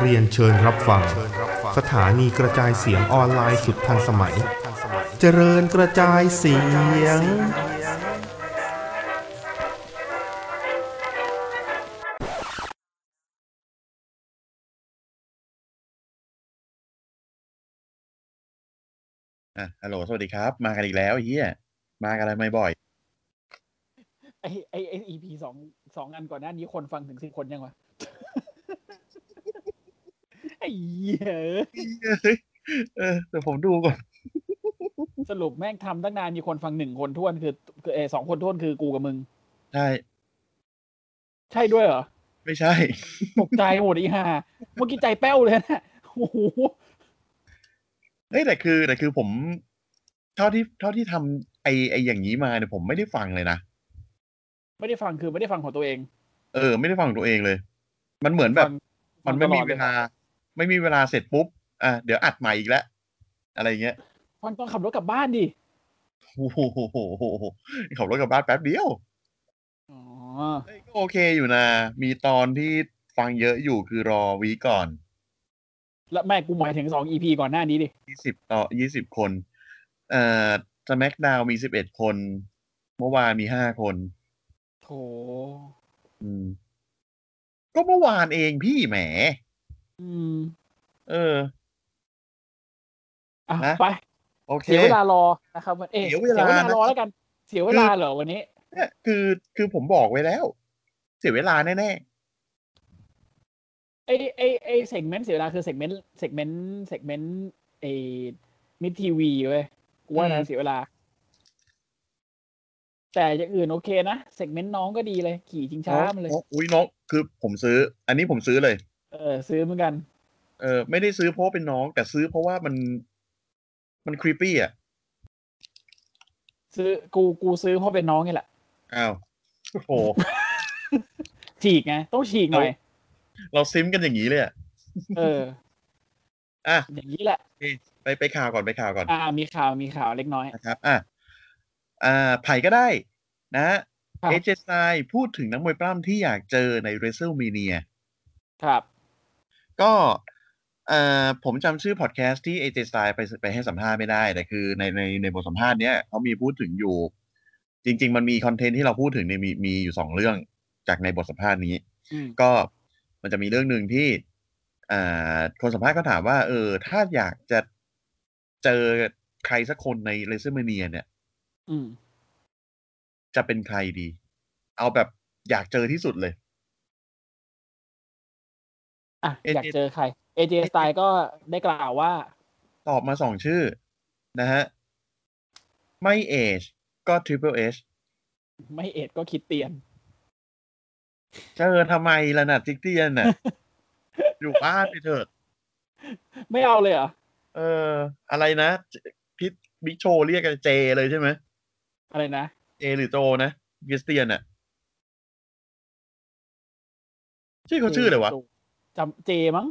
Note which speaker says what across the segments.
Speaker 1: เรียนเชิญรับฟัง สถานีกระจายเสียงออนไลน์สุดทันสมัย เจริญกระจายเสียง
Speaker 2: อ่ะ ฮัลโหล สวัสดีครับ มากันอีกแล้วไอ้เฮียมากันอะไรไม่บ่อย
Speaker 3: ไอไอไอ EP สองสองอันก่อนหน้านี้คนฟังถึงสิบคนยังวะ ไอ้เหี้ย
Speaker 2: เออเดี๋ยวผมดูก่อน
Speaker 3: สรุปแม่งทำตั้งนานมีคนฟังหนึ่งคนท้วนคือคือเออสองคนท้วนคือกูกับมึง
Speaker 2: ใช่
Speaker 3: ใช่ด้วยเหรอ
Speaker 2: ไม่ใช่
Speaker 3: ตกใจหมดอีห่าเมื่อกี้ใจแป้วเลยนะโอ้โห
Speaker 2: เฮ้ยแต่คือแต่คือผม เท่าที่เท่าที่ทำไอไออย่างนี้มาเนี่ยผมไม่ได้ฟังเลยนะ
Speaker 3: ไม่ได้ฟังคือไม่ได้ฟังของตัวเอง
Speaker 2: เออ ไม่ได้ฟังของตัวเองเลย มันเหมือนแบบ
Speaker 3: ฟั
Speaker 2: มัน
Speaker 3: ง
Speaker 2: ไม่
Speaker 3: ตล
Speaker 2: มี
Speaker 3: อดเล
Speaker 2: เว
Speaker 3: ย
Speaker 2: ลา ไม่มีเวลาเสร็จปุ๊บ อ่ะ เดี๋ยวอัดใหม่อีกแล้ว อะไรเงี้ย
Speaker 3: ฟังตอนขับรถกลับบ้านดิ
Speaker 2: โอ้โหขับรถกลับบ้านแป๊บเดียว
Speaker 3: อ๋อ
Speaker 2: เฮ้ยก็โอเคอยู่นะ มีตอนที่ฟังเยอะอยู่คือรอวีคก่อน
Speaker 3: แล้วแม่กูหมายถึงสอง EP ก่อนหน้านี้ดิ
Speaker 2: ยี่สิบต่อยี่สิบคน เอ่อสแมกดาวมีสิบเอ็ดคน เมื่อวานมีห้าคน
Speaker 3: โถ
Speaker 2: อืม ก็เมื่อวานเองพี่แหม
Speaker 3: อืม
Speaker 2: เออ
Speaker 3: อ่ะ
Speaker 2: นะ
Speaker 3: ไป
Speaker 2: โอเค
Speaker 3: เสียเวลารอนะครับวันเอ๊ะ
Speaker 2: เสียเว
Speaker 3: เสีย
Speaker 2: ลา
Speaker 3: เวลา
Speaker 2: นะ
Speaker 3: รอแล้วกัน เสียเวลาเหรอวันนี้
Speaker 2: เนี่ยคือคือผมบอกไว้แล้ว เสียเวลาแน่
Speaker 3: ไอไอไอเซกเมนต์เสียเวลาคือเซกเมนต์เซกเมนต์เซกเมนต์ไอมิดทีวีเว้ยกูว่านะเสียเวลา แต่อย่างอื่นโอเคนะเซกเมนต์น้องก็ดีเลย ขี่ชิง
Speaker 2: ๆ
Speaker 3: ช้ามาเลย
Speaker 2: น้องอุ้ยน้องคือผมซื้อ อันนี้ผมซื้อเลย
Speaker 3: เออซื้อเหมือนกัน
Speaker 2: เออ ไม่ได้ซื้อเพราะว่าเป็นน้อง แต่ซื้อเพราะว่ามัน มันครีปปี้อ่ะ
Speaker 3: ซื้อกูกูซื้อเพราะเป็นน้องนี่แหละ
Speaker 2: อ้าวโอ้โห
Speaker 3: ฉีกไงต้องฉีกหน่อย
Speaker 2: เราซิมกันอย่างนี้เลยอะ
Speaker 3: เออ
Speaker 2: อ่ะ
Speaker 3: อย่างนี้แหละ
Speaker 2: ไปไปข่าวก่อนไปข่าวก่อน
Speaker 3: อ่ามีข่าวมีข่าวเล็กน้อย
Speaker 2: นะครับ อ่ะ อ่า ไผ่ก็ได้ นะ
Speaker 3: ครั
Speaker 2: เอบ เจสไนพูดถึงนักมวยปล้ำที่อยากเจอในเรซเซิลมีเนีย
Speaker 3: ครับ
Speaker 2: ก็เอ่อผมจำชื่อพอดแคสต์ที่เอเจสไนไปไปให้สัมภาษณ์ไม่ได้ แต่คือในในในบทสัมภาษณ์เนี้ยเขามีพูดถึงอยู่ จริง ๆ มันมีคอนเทนต์ที่เราพูดถึงเนี่ยมีมีอยู่สองเรื่องจากในบทสัมภาษณ์นี้
Speaker 3: อืม
Speaker 2: ก็มันจะมีเรื่องหนึ่งที่อ่าคนสัมภาษณ์ก็ถามว่า เออ ถ้าอยากจะเจอใครสักคนในเรซเซิลมีเนียเนี่ย
Speaker 3: อืม
Speaker 2: จะเป็นใครดี เอาแบบอยากเจอที่สุดเลย
Speaker 3: อ่ะ
Speaker 2: AJ
Speaker 3: อยากเจอใครเอเจสไตล์ก็ได้กล่าวว่า
Speaker 2: ตอบมาสองชื่อ นะฮะ ไม่เอชก็ Triple H
Speaker 3: ไม่เอ็ดก็คิดเตียน
Speaker 2: เจอทำไมล่ะนะจิกเตียนน่ะ อยู่บ้านไปเถอะ
Speaker 3: ไม่เอาเลยเหรอ
Speaker 2: เออ อะไรนะเจพิษบิ๊กโชว์เรียกกันเจเลยใช่ไหม
Speaker 3: อะไรนะ
Speaker 2: เจหรือโจนะคริสเตียนน่ะ ชื่อเขาชื่ออะไรวะ
Speaker 3: จำเจมั้ง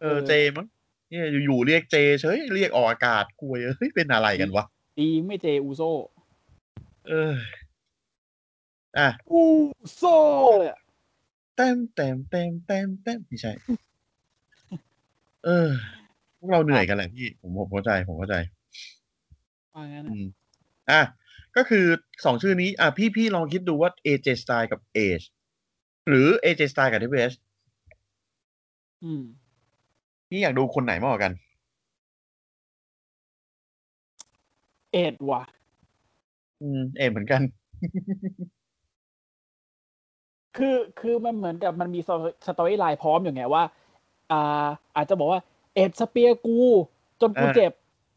Speaker 2: เออ
Speaker 3: เออ
Speaker 2: เจมั้งเนี่ยอยู่ๆเรียกเจเฉยเรียกออกอากาศกลวยเฮ้ยเป็นอะไรกันวะ
Speaker 3: ดีไม่เจอูโซ
Speaker 2: เออ อ่ะ
Speaker 3: อูโซเลยอะ
Speaker 2: เต็มเต็มเต็มเต็มเต็มไม่ใช่ เออ พวกเราเหนื่อยกันแหละพี่ ผมผมเข้าใจ ผมเข้าใจ
Speaker 3: ว่างั้น
Speaker 2: อื
Speaker 3: อะ
Speaker 2: ม อ่ะ ก็คือสองชื่อนี้ อ่ะ พี่พี่ลองคิดดูว่า AJ Style กับ Edge หรือ AJ Style กับ Triple H
Speaker 3: อืม
Speaker 2: พี่อยากดูคนไหนมากกว่ากัน
Speaker 3: เอ็ดว่ะ
Speaker 2: อืม เอ็มเหมือนกัน
Speaker 3: คือคือมันเหมือนกับมันมีสตอรี่ไลน์พร้อมอยู่ไงว่า อ่า อาจจะบอกว่า เอ็ดสเปียร์กู จนกู
Speaker 2: อ่า
Speaker 3: เจ็บ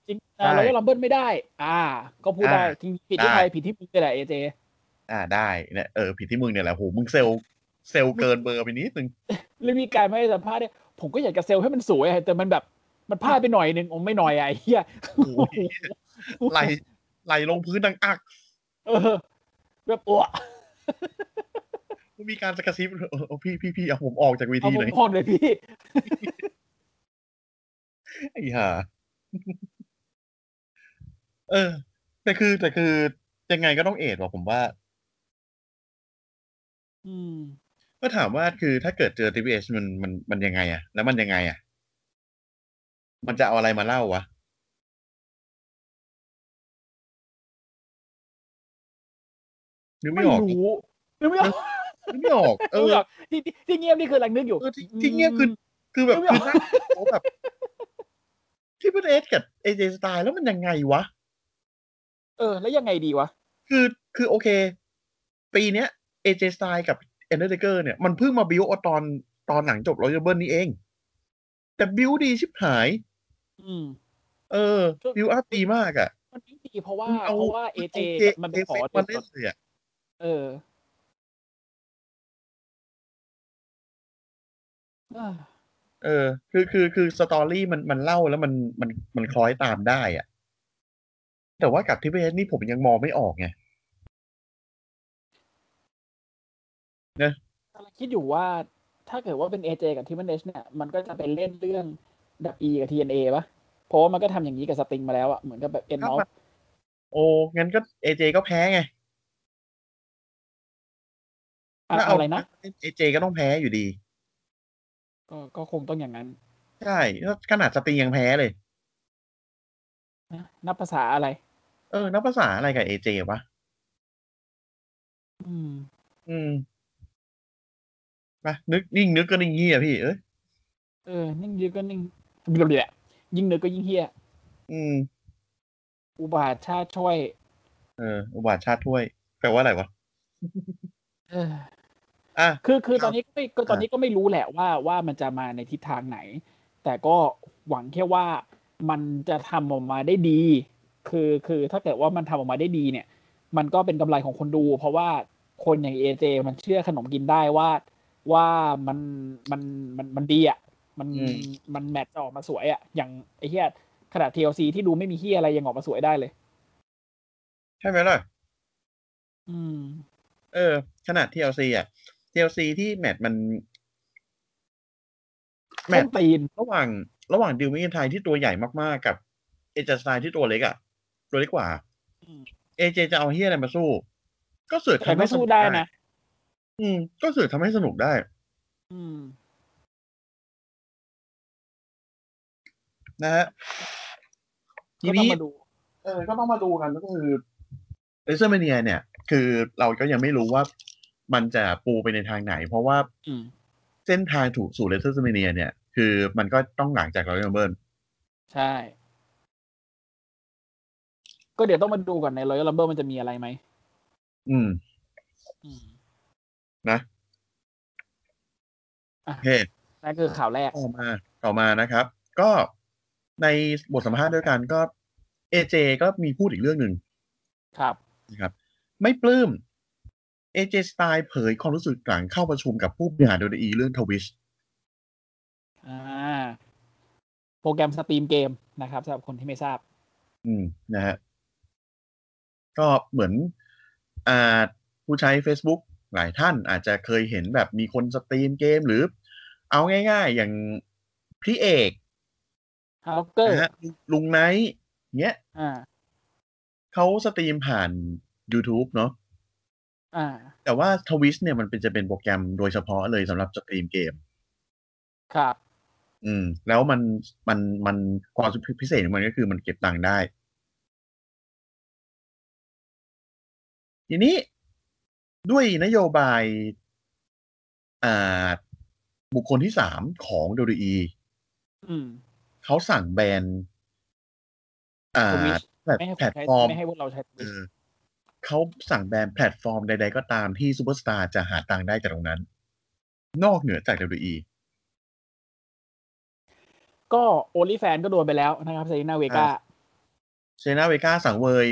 Speaker 3: จริงๆอ่า
Speaker 2: ใช่
Speaker 3: เราก็ลัมเบิลไม่ได้ อ่า ก็พูดได้
Speaker 2: อ่า
Speaker 3: จริงๆผิดที่
Speaker 2: ได้
Speaker 3: ใครผิดที่มึงนี่แหละเอเจ
Speaker 2: อ่า ได้เนี่ยเออ ผิดที่มึงเนี่ยแหละโหมึงเซลลเซลลเกินเบอร์ไปนิดนึง
Speaker 3: หรือมีการไม่ให้สัมภาษณ์เนี่ยผมก็อยากจะเซลลให้มันสวยอะแต่มันแบบมันพลาดไปหน่อยนึงโอ้ไม่หน่อยอะไอ้เหี้ย
Speaker 2: โอ้ย ไหลไหลลงพื้นดังอัก
Speaker 3: เออแบบอ้วก
Speaker 2: มีการสกระซิบเออเออพี่พี่พี่เอาผมออกจากเว
Speaker 3: เอา
Speaker 2: ที
Speaker 3: ผ
Speaker 2: หน่
Speaker 3: ม
Speaker 2: อย
Speaker 3: พร้อมเลยพี่
Speaker 2: ไอ้ห่า เออ แต่คือแต่คือยังไงก็ต้องเอดว่ะผมว่า
Speaker 3: อืม
Speaker 2: ก็ถามว่าคือถ้าเกิดเจอ TBS มันมันมันยังไงอะแล้วมันยังไงอะมันจะเอาอะไรมาเล่าวะ นึกไม่
Speaker 3: ไม่
Speaker 2: ออก
Speaker 3: รู้นึกไม่ออก
Speaker 2: นึกไม่ออก เออ
Speaker 3: นึกไม่ออกที่ที่ที่เงียบนี่คืออะไรนึกอยู่
Speaker 2: เออที่ที่เนี้ยคือคือแบบ
Speaker 3: นึกไม่อ
Speaker 2: คือ นั่ง
Speaker 3: อก
Speaker 2: โต๊ะแบบที่เป็นเอสกับเอเจสไตล์แล้วมันยังไงวะ
Speaker 3: เออ แล้วยังไงดีวะ
Speaker 2: คือคือโอเค ปีเนี้ยเอเจสไตล์กับเอนเดอร์เกอร์เนี่ย มันเพิ่งมาบิวตอนตอนหลังจบรอยเบิร์นี่เอง แต่บิวดีชิบหาย
Speaker 3: อืม
Speaker 2: เออบิวอัพดีมากอ่ะ
Speaker 3: มันไม่ดีเพราะว่า
Speaker 2: คุณ
Speaker 3: เพราะว่าเอเจมันไปขอ
Speaker 2: เอเจ
Speaker 3: ตั
Speaker 2: มาว เล่นเลยอ่ะ
Speaker 3: เอออ่า
Speaker 2: เออ คือคือคือสตอรี่มันมันเล่าแล้วมันมันมันคล้อยตามได้อ่ะ แต่ว่ากับทีเอสนี่ผมยังมองไม่ออกไง
Speaker 3: กำลังคิดอยู่ว่าถ้าเกิดว่าเป็นเอเจกับทีมันเอชเนี่ย มันก็จะเป็นเล่นเรื่องดับอีกับทีเอ็นเอปะเพราะว่ามันก็ทำอย่างนี้กับสติงมาแล้วอะเหมือนกับแบบเอ็น
Speaker 2: ครั
Speaker 3: ม
Speaker 2: บ
Speaker 3: อฟ
Speaker 2: โอ้งั้นก็เอเจก็แพ้ไงถ้
Speaker 3: อะไรนะ
Speaker 2: เอเจก็ต้องแพ้อยู่ดี
Speaker 3: ก็ก็คงต้องอย่างนั้น
Speaker 2: ใช่ขนาดสตรียังแพ้เลย
Speaker 3: นะนับภาษาอะไร
Speaker 2: เออ นับภาษาอะไรกับเอเจวะ
Speaker 3: อืม
Speaker 2: อืมมานึกยิ่งนึกก็นิ่งเฮียพี่ เอ้ย
Speaker 3: เออ นิ่งยืนก็นิ่งเบื่อๆยิ่งนึกก็ยิ่งเฮี้ย
Speaker 2: อืม
Speaker 3: อุบาทชาติช่วย
Speaker 2: เออ อุบาทชาติถ้วย แปลว่าอะไรวะ
Speaker 3: เออ
Speaker 2: อ่ะ
Speaker 3: คือคือ
Speaker 2: ครับ
Speaker 3: ตอนนี้ก็ไม่ก็ตอนนี้ก็ไม่รู้แหละว่าว่ามันจะมาในทิศทางไหน แต่ก็หวังแค่ว่ามันจะทำออกมาได้ดี คือคือถ้าเกิดว่ามันทำออกมาได้ดีเนี่ย มันก็เป็นกำไรของคนดู เพราะว่าคนอย่างเอเจมันเชื่อขนมกินได้ว่าว่ามันมันมันมันดีอ่ะมัน
Speaker 2: อืม
Speaker 3: มันแมทออกมาสวยอ่ะอย่างไอ้เฮียขนาด TLC ที่ดูไม่มีเฮียอะไรยังออกมาสวยได้เลย
Speaker 2: ใช่ไหมล่ะ
Speaker 3: อืม
Speaker 2: เออ ขนาด TLC อ่ะ TLC ที่แมตช์มัน แม
Speaker 3: แม่
Speaker 2: ต
Speaker 3: น
Speaker 2: ช์
Speaker 3: ตีน
Speaker 2: ระหว่าง ระหว่างดิวมิเกนไทยที่ตัวใหญ่มาก ๆ กับเอเจสไตน์ที่ตัวเล็กอ่ะ ตัวเล็กกว่า
Speaker 3: อืม
Speaker 2: เอเจจะเอาเฮียอะไรมาสู้ ก็เสือก
Speaker 3: แต่
Speaker 2: ทำ
Speaker 3: ก็
Speaker 2: ให้ส
Speaker 3: สู้
Speaker 2: นุก
Speaker 3: ได้นะ
Speaker 2: อืม ก็เสือกทำให้สนุกได้
Speaker 3: อืม
Speaker 2: นะฮะ ที
Speaker 3: ก็ต้อ
Speaker 2: นี้
Speaker 3: งมาดู
Speaker 2: เออ ก็ต้องมาดูกันก็คือเอเซอร์เมเนีย เนี่ย คือเราก็ยังไม่รู้ว่ามันจะปูไปในทางไหน เพราะว่า
Speaker 3: อืม
Speaker 2: เส้นทางถูกสู่เลเซอร์เมเนีย เนี่ย คือมันก็ต้องหลังจากรอยเบิร์น
Speaker 3: ใช่ ก็เดี๋ยวต้องมาดูก่อนในรอยัลลัมเบอร์มันจะมีอะไรไหม
Speaker 2: อืม
Speaker 3: อืม
Speaker 2: นะ
Speaker 3: อ่ะ
Speaker 2: โอเค
Speaker 3: นั่นคือข่าวแรก
Speaker 2: ต่อมาต่อมานะครับ ก็ในบทสัมภาษณ์ด้วยกันก็เอเจก็มีพูดอีกเรื่องหนึ่ง
Speaker 3: ครับ
Speaker 2: นะครับ ไม่ปลื้มเอเจสไตล์เผยความรู้สึกหลังเข้าประชุมกับผู้บริหารโดยอีเรื่องทวิช
Speaker 3: อ่า โปรแกรมสตรีมเกมนะครับสำหรับคนที่ไม่ทราบ
Speaker 2: อืมนะฮะก็เหมือนอ่าผู้ใช้ Facebook หลายท่านอาจจะเคยเห็นแบบมีคนสตรีมเกมหรือ เอาง่ายๆ อย่างพี่เอก
Speaker 3: ฮาร์ล็อกเกอร์
Speaker 2: นะฮะลุงไนท์เนี้ย
Speaker 3: อ่า
Speaker 2: เขาสตรีมผ่าน YouTube เนาะ
Speaker 3: อ่า
Speaker 2: แต่ว่าทวิชเนี่ยมันเป็นจะเป็นโปรแกรมโดยเฉพาะเลยสำหรับสตรีมเกม
Speaker 3: ครับ
Speaker 2: อืม แล้วมันมันมันความพิเศษของมันก็คือมันเก็บตังค์ได้ ทีนี้ด้วยนโยบายอ่าบุคคลที่สามของ WWE
Speaker 3: อืม
Speaker 2: เขาสั่งแบนอ่า
Speaker 3: Twitch
Speaker 2: แบบ
Speaker 3: ไม่ให้
Speaker 2: แพ
Speaker 3: ค
Speaker 2: ลต
Speaker 3: นใช้
Speaker 2: ฟอร์ม
Speaker 3: ไม่ให้พวกเราใช้
Speaker 2: เออเขาสั่งแบนแพลตฟอร์มใด ๆ ก็ตามที่ซูเปอร์สตาร์จะหาตังค์ได้จากตรงนั้น นอกเหนือจาก WWE
Speaker 3: ก็โอลิแฟนก็โดนไปแล้วนะครับเซรีนาเวกา
Speaker 2: อ่า เซนาเวกาสังเวย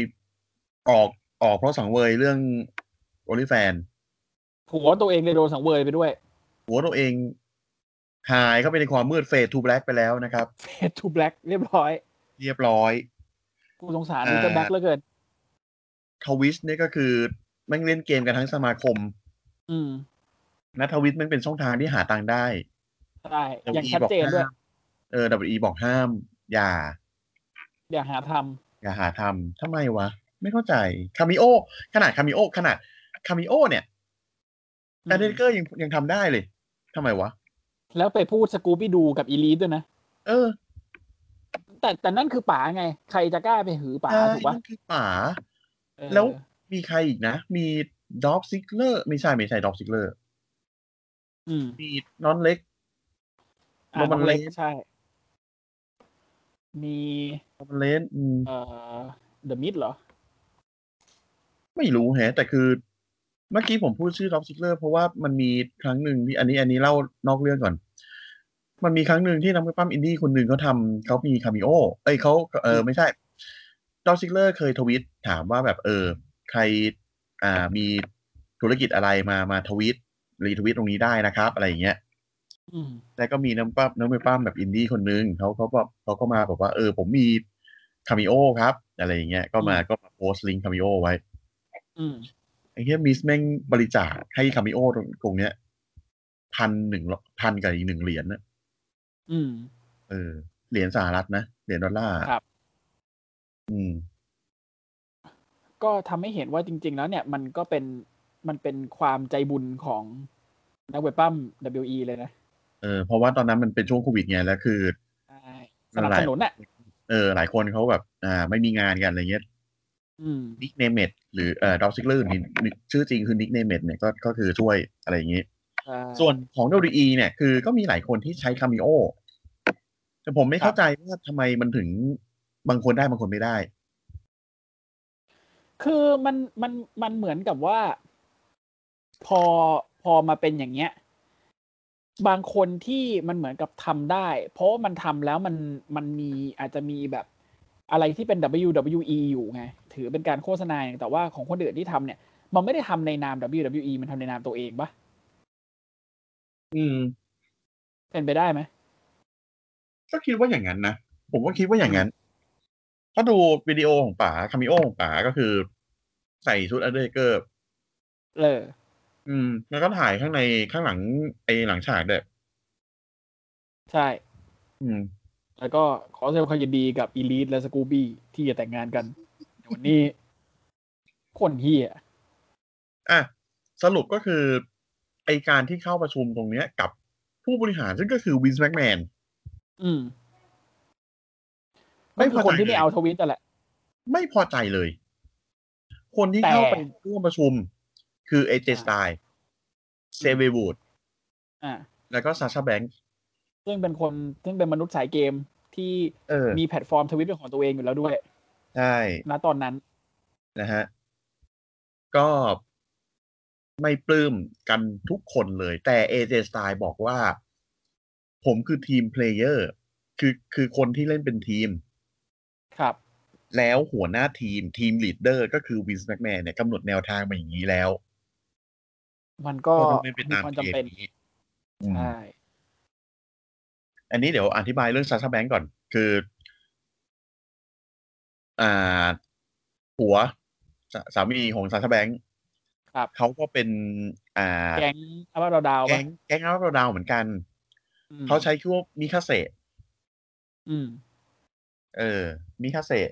Speaker 2: ออกออกเพราะสังเวยเรื่องโอลิแฟน
Speaker 3: ผัวตัวเองเลยโดนสังเวยไปด้วย
Speaker 2: หัวตัวเอง หายเข้าไปในความมืดเฟดทูแบล็กไปแล้วนะครับ
Speaker 3: เฟสทูแบล็กเรียบร้อย
Speaker 2: เรียบร้อย
Speaker 3: กูสงสารมิสเตอร์แบล็กเหลือเกิน
Speaker 2: ทวิสเนี่ยก็คือแม่งเล่นเกมกันทั้งสมาคม
Speaker 3: อืม
Speaker 2: นะทวิสแม่งเป็นช่องทางที่หาตังค์ได้
Speaker 3: ใช่ อย่าง
Speaker 2: WWE
Speaker 3: ชัด
Speaker 2: บอก
Speaker 3: เจนด้วย
Speaker 2: ห้ามเออ WWE บอกห้าม อย่า
Speaker 3: อย่าหาท
Speaker 2: อย่าหาทำทำไมวะ ไม่เข้าใจคามิโอ ขนาดคามิโอ ขนาดคามิโอเนี่ย
Speaker 3: ำ
Speaker 2: แอนเดนเกอร์ยังยังทำได้เลยทำไมวะ
Speaker 3: แล้วไปพูดสกูบี้ดูกับอีลีด้วยนะ
Speaker 2: เออ
Speaker 3: แต่แต่นั่นคือป๋าไง ใครจะกล้าไปหือป๋า
Speaker 2: อ่
Speaker 3: ถูกปะ
Speaker 2: นี่คือป๋า
Speaker 3: เออ
Speaker 2: แล้ว มีใครอีกนะ มีด็อกซิกเลอร์ไม่ใช่ไม่ใช่ด็อกซิกเลอร์
Speaker 3: อืม
Speaker 2: มีนอนเล็ก
Speaker 3: อ่ะ
Speaker 2: โรมันเลน
Speaker 3: ใช่ มี
Speaker 2: นอนเลนอืม
Speaker 3: เอ่อเดอะมิดเหรอ
Speaker 2: ไม่รู้แฮะ แต่คือเมื่อกี้ผมพูดชื่อด็อกซิกเลอร์เพราะว่ามันมีครั้งหนึ่งที่อันนี้อันนี้เล่านอกเรื่องก่อน มันมีครั้งหนึ่งที่นักปั้มอินดี้คนหนึ่งเขาทำเขามีคาเมิโอเอ้ยเขาเออไม่ใช่ด็อกซิกเลอร์เคยทวิตถามว่าแบบเออ ใครอ่ามีธุรกิจอะไรมามาทวิตรีทวิตตรงนี้ได้นะครับอะไรอย่างเงี้ย
Speaker 3: อืม
Speaker 2: แล้วก็มีน้ำปั้มน้ำมวยปั้มแบบอินดี้คนนึงเขาเขาแบบเขาก็มาบอกว่า เออ ผมมีคามิโอครับ อะไรอย่างเงี้ยก็มา
Speaker 3: อืม
Speaker 2: ก็มาโพสต์ลิงก์คามิโอไว้
Speaker 3: อืม
Speaker 2: ไอ้เนี้ยมิสแม่งบริจาคให้คามิโอตรงตรงเนี้ยพันหนึ่งพันกับอีกหนึ่งเหรียญนะ
Speaker 3: อืม
Speaker 2: เออเหรียญสหรัฐนะเหรียญดอลลาร์
Speaker 3: ครับ
Speaker 2: อืม
Speaker 3: ก็ทำให้เห็นว่าจริง ๆ แล้วเนี่ย มันก็เป็นมันเป็นความใจบุญของนักเวทปั้ม WE เลยนะ
Speaker 2: เออเพราะว่าตอนนั้นมันเป็นช่วงโควิดไงแล้วคือ
Speaker 3: ใช่สนับสนุนอ่ะ
Speaker 2: เออ หลายคนเขาแบบ อ่า ไม่มีงานกันอะไรเงี้ย
Speaker 3: อืม
Speaker 2: นิกเนเมดหรือเอ่อดอฟซิกเลอร์ชื่อจริงคือนิกเนเมดเนี่ยก็ก็คือช่วยอะไรอย่างงี้
Speaker 3: ใช่
Speaker 2: ส่วนของ WE เนี่ยคือก็มีหลายคนที่ใช้คามิโอแต่ผมไม่เข้าใจว่าทำไมมันถึงบางคนได้บางคนไม่ได้
Speaker 3: คือมันมันมันเหมือนกับว่า พอพอมาเป็นอย่างเงี้ย บางคนที่มันเหมือนกับทำได้ เพราะว่ามันทำแล้วมันมันมีอาจจะมีแบบอะไรที่เป็น WWE อยู่ไง ถือเป็นการโฆษณาอย่างแต่ว่าของคนอื่นที่ทำเนี่ย มันไม่ได้ทำในนาม WWE มันทำในนามตัวเองปะ
Speaker 2: อืม
Speaker 3: เป็นไปได้ไหม
Speaker 2: ก็คิดว่าอย่างนั้นนะ ผมก็คิดว่าอย่างนั้น ถ้าดูวิดีโอของป๋าคามิโอของป๋าก็คือ ใส่ชุดอเดเกอร์
Speaker 3: เออ
Speaker 2: อืม แล้วก็ถ่ายข้างในข้างหลังไอหลังฉากด้วย
Speaker 3: ใช่
Speaker 2: อืม
Speaker 3: แล้วก็ขอแสดงความยินดีกับอีลีทและสกูบี้ที่จะแต่งงานกันในวันนี้คนเฮีย
Speaker 2: อ่ะ สรุปก็คือ ไอการที่เข้าประชุมตรงเนี้ยกับผู้บริหารซึ่งก็คือวินส์แมกแมน
Speaker 3: อืม
Speaker 2: ไม่
Speaker 3: ไม่
Speaker 2: พ
Speaker 3: พ
Speaker 2: อใจ
Speaker 3: อคนที่ไม่เอาทวิตแต่นแหละ
Speaker 2: ไม่พอใจเลย คนที่
Speaker 3: แต่
Speaker 2: เข้าไปร่วมประชุม คือเอเจสไตล์เซเววูด
Speaker 3: อ่า
Speaker 2: แล้วก็ซาชาแบงค์
Speaker 3: ซึ่งเป็นคน ซึ่งเป็นมนุษย์สายเกมที่
Speaker 2: เออ
Speaker 3: มีแพลตฟอร์มทวิตเป็นของตัวเองอยู่แล้วด้วย
Speaker 2: ใช่
Speaker 3: ณ ตอนนั้น
Speaker 2: นะฮะ ก็ไม่ปลื้มกันทุกคนเลย แต่เอเจสไตล์บอกว่า ผมคือทีมเพลเยอร์คือคือคนที่เล่นเป็นทีม
Speaker 3: ครับ
Speaker 2: แล้วหัวหน้าทีมทีมลีดเดอร์ ก็คือวินส์แมกแมนเนี่ยกำหนดแนวทางมาอย่างนี้แล้ว
Speaker 3: มันก็
Speaker 2: ก็ต้องเล่นไป
Speaker 3: มี
Speaker 2: ตาม
Speaker 3: ความ
Speaker 2: เก
Speaker 3: จำเป็น
Speaker 2: มนี้อืม
Speaker 3: ใช่
Speaker 2: อันนี้เดี๋ยวอธิบายเรื่องซาชาแบงก์ก่อน คือ อ่า ผัวสาสามีของซาชาแบงก์
Speaker 3: ครับ
Speaker 2: เขาก็เป็น อ่า
Speaker 3: แก๊งอัลบาดาวดาว
Speaker 2: แก๊งแก๊งอัลบาดาวเหมือนกัน เขาใช้ชื่อว่ามิคาเซะ
Speaker 3: อืม
Speaker 2: เออ มิคาเซะ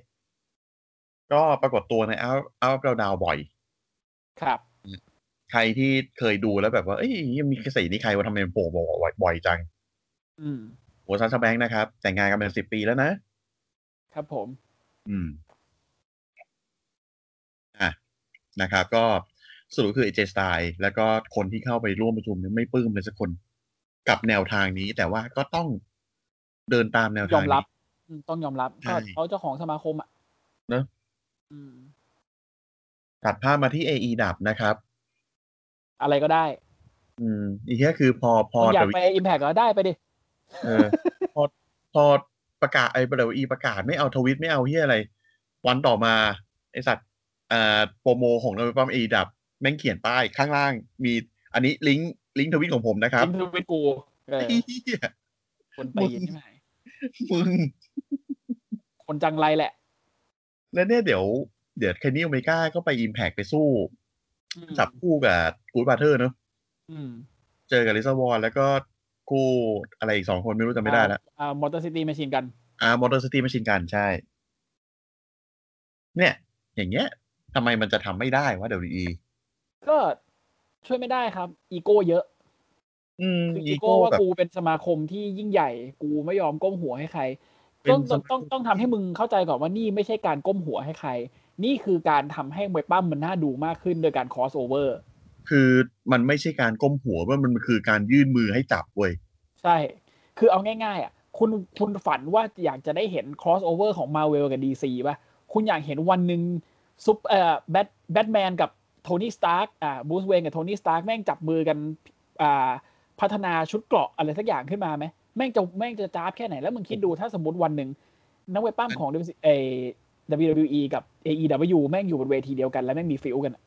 Speaker 2: ก็ปรากฏตัวในอัลอัลบาดาวบ่อย
Speaker 3: ครับ
Speaker 2: ใครที่เคยดูแล้วแบบว่า เอ้ยมิคาเซะนี่ใครวะทำไมมันโผล่บ่อยบ่อยจัง
Speaker 3: อืม
Speaker 2: ผัวซาชาแบงก์นะครับ แต่งงานกันเป็นสิบปีแล้วนะ
Speaker 3: ครับผม
Speaker 2: อืม อ่ะ นะครับ ก็สรุปคือเอเจสไตล์แล้วก็คนที่เข้าไปร่วมประชุมเนี่ยไม่ปลื้มเลยสักคนกับแนวทางนี้ แต่ว่าก็ต้องเดินตามแนวย ทา
Speaker 3: อง ม
Speaker 2: นี้
Speaker 3: รับอืมต้องยอมรับ
Speaker 2: ใช่
Speaker 3: ก็เขาเจ้าของสมาคมอ่ะ
Speaker 2: เนอะ
Speaker 3: อืม
Speaker 2: ตัดภาพมาที่ AE ดับนะครับ
Speaker 3: อะไรก็ได้
Speaker 2: อืม อีกแค่คือพอพอ
Speaker 3: คุณอยาก
Speaker 2: แต่วิ
Speaker 3: ไปอิมแพกก็ได้ไปดิ
Speaker 2: เออ พอพอประกาศไอ้เดวีประกาศไม่เอาทวิตไม่เอาเฮียอะไร วันต่อมา ไอสัตว์อ่าโปรโมของเราปั๊มเอดับ แม่งเขียนป้ายข้างล่าง มีอันนี้ลิงก์ลิงก์ทวิตของผมนะครับ
Speaker 3: อินทวิตกูเออ
Speaker 2: ไอ้เหี้ย
Speaker 3: คนตีนใช่ไหม
Speaker 2: มึง
Speaker 3: คนจังไรแหละ
Speaker 2: แล้วเนี่ยเดี๋ยวเดี๋ยวเคนนี่โอเมก้าก็ไปอิมแพกไปสู้
Speaker 3: อืม
Speaker 2: จับคู่กับกูดบาเทอร์เนอะ
Speaker 3: อืม
Speaker 2: เจอกับลิซาวอนแล้วก็คู่อะไรอีกสองคนไม่รู้จำไม่ได้แล้ว
Speaker 3: อ่ามอเตอร์ซิตี้มาชินกัน
Speaker 2: อ่ามอเตอร์สตีมาชินกันใช่ เนี่ย อย่างเงี้ยทำไมมันจะทำไม่ได้วะเดี๋ยวดี
Speaker 3: ก็ ช่วยไม่ได้ครับ อีโก้เยอะ
Speaker 2: อืม
Speaker 3: คือ
Speaker 2: อี
Speaker 3: อี
Speaker 2: โก้
Speaker 3: โก้ว่า
Speaker 2: แบบ
Speaker 3: กูเป็นสมาคมที่ยิ่งใหญ่ กูไม่ยอมก้มหัวให้ใคร
Speaker 2: เป็
Speaker 3: ต้อง
Speaker 2: น
Speaker 3: ต้องต้องต้องทำให้มึงเข้าใจก่อนว่านี่ไม่ใช่การก้มหัวให้ใคร นี่คือการทำให้มวยปั้มมันน่าดูมากขึ้นโดยการคอสโอเวอร์
Speaker 2: คือมันไม่ใช่การก้มหัวว่ามันคือการยื่นมือให้จับเว้ย
Speaker 3: ใช่ คือเอาง่ายๆอ่ะ คุณคุณฝันว่าอยากจะได้เห็น crossover ของ Marvel กับ DC ป่ะ คุณอยากเห็นวันหนึ่งซุปเอ่อแบทแบทแมนกับโทนี่สตาร์กอ่าบูสเวนกับโทนี่สตาร์กแม่งจับมือกันอ่าพัฒนาชุดเกราะอะไรสักอย่างขึ้นมาไหมแม่งจะแม่งจะจ้าบแค่ไหน แล้วมึงคิดดูถ้าสมมติวันหนึ่งนักเวทป้ามของ WC เอ่อ WWE กับ AEW แม่งอยู่บนเวทีเดียวกันแล้วแม่งมีฟิลกันอะ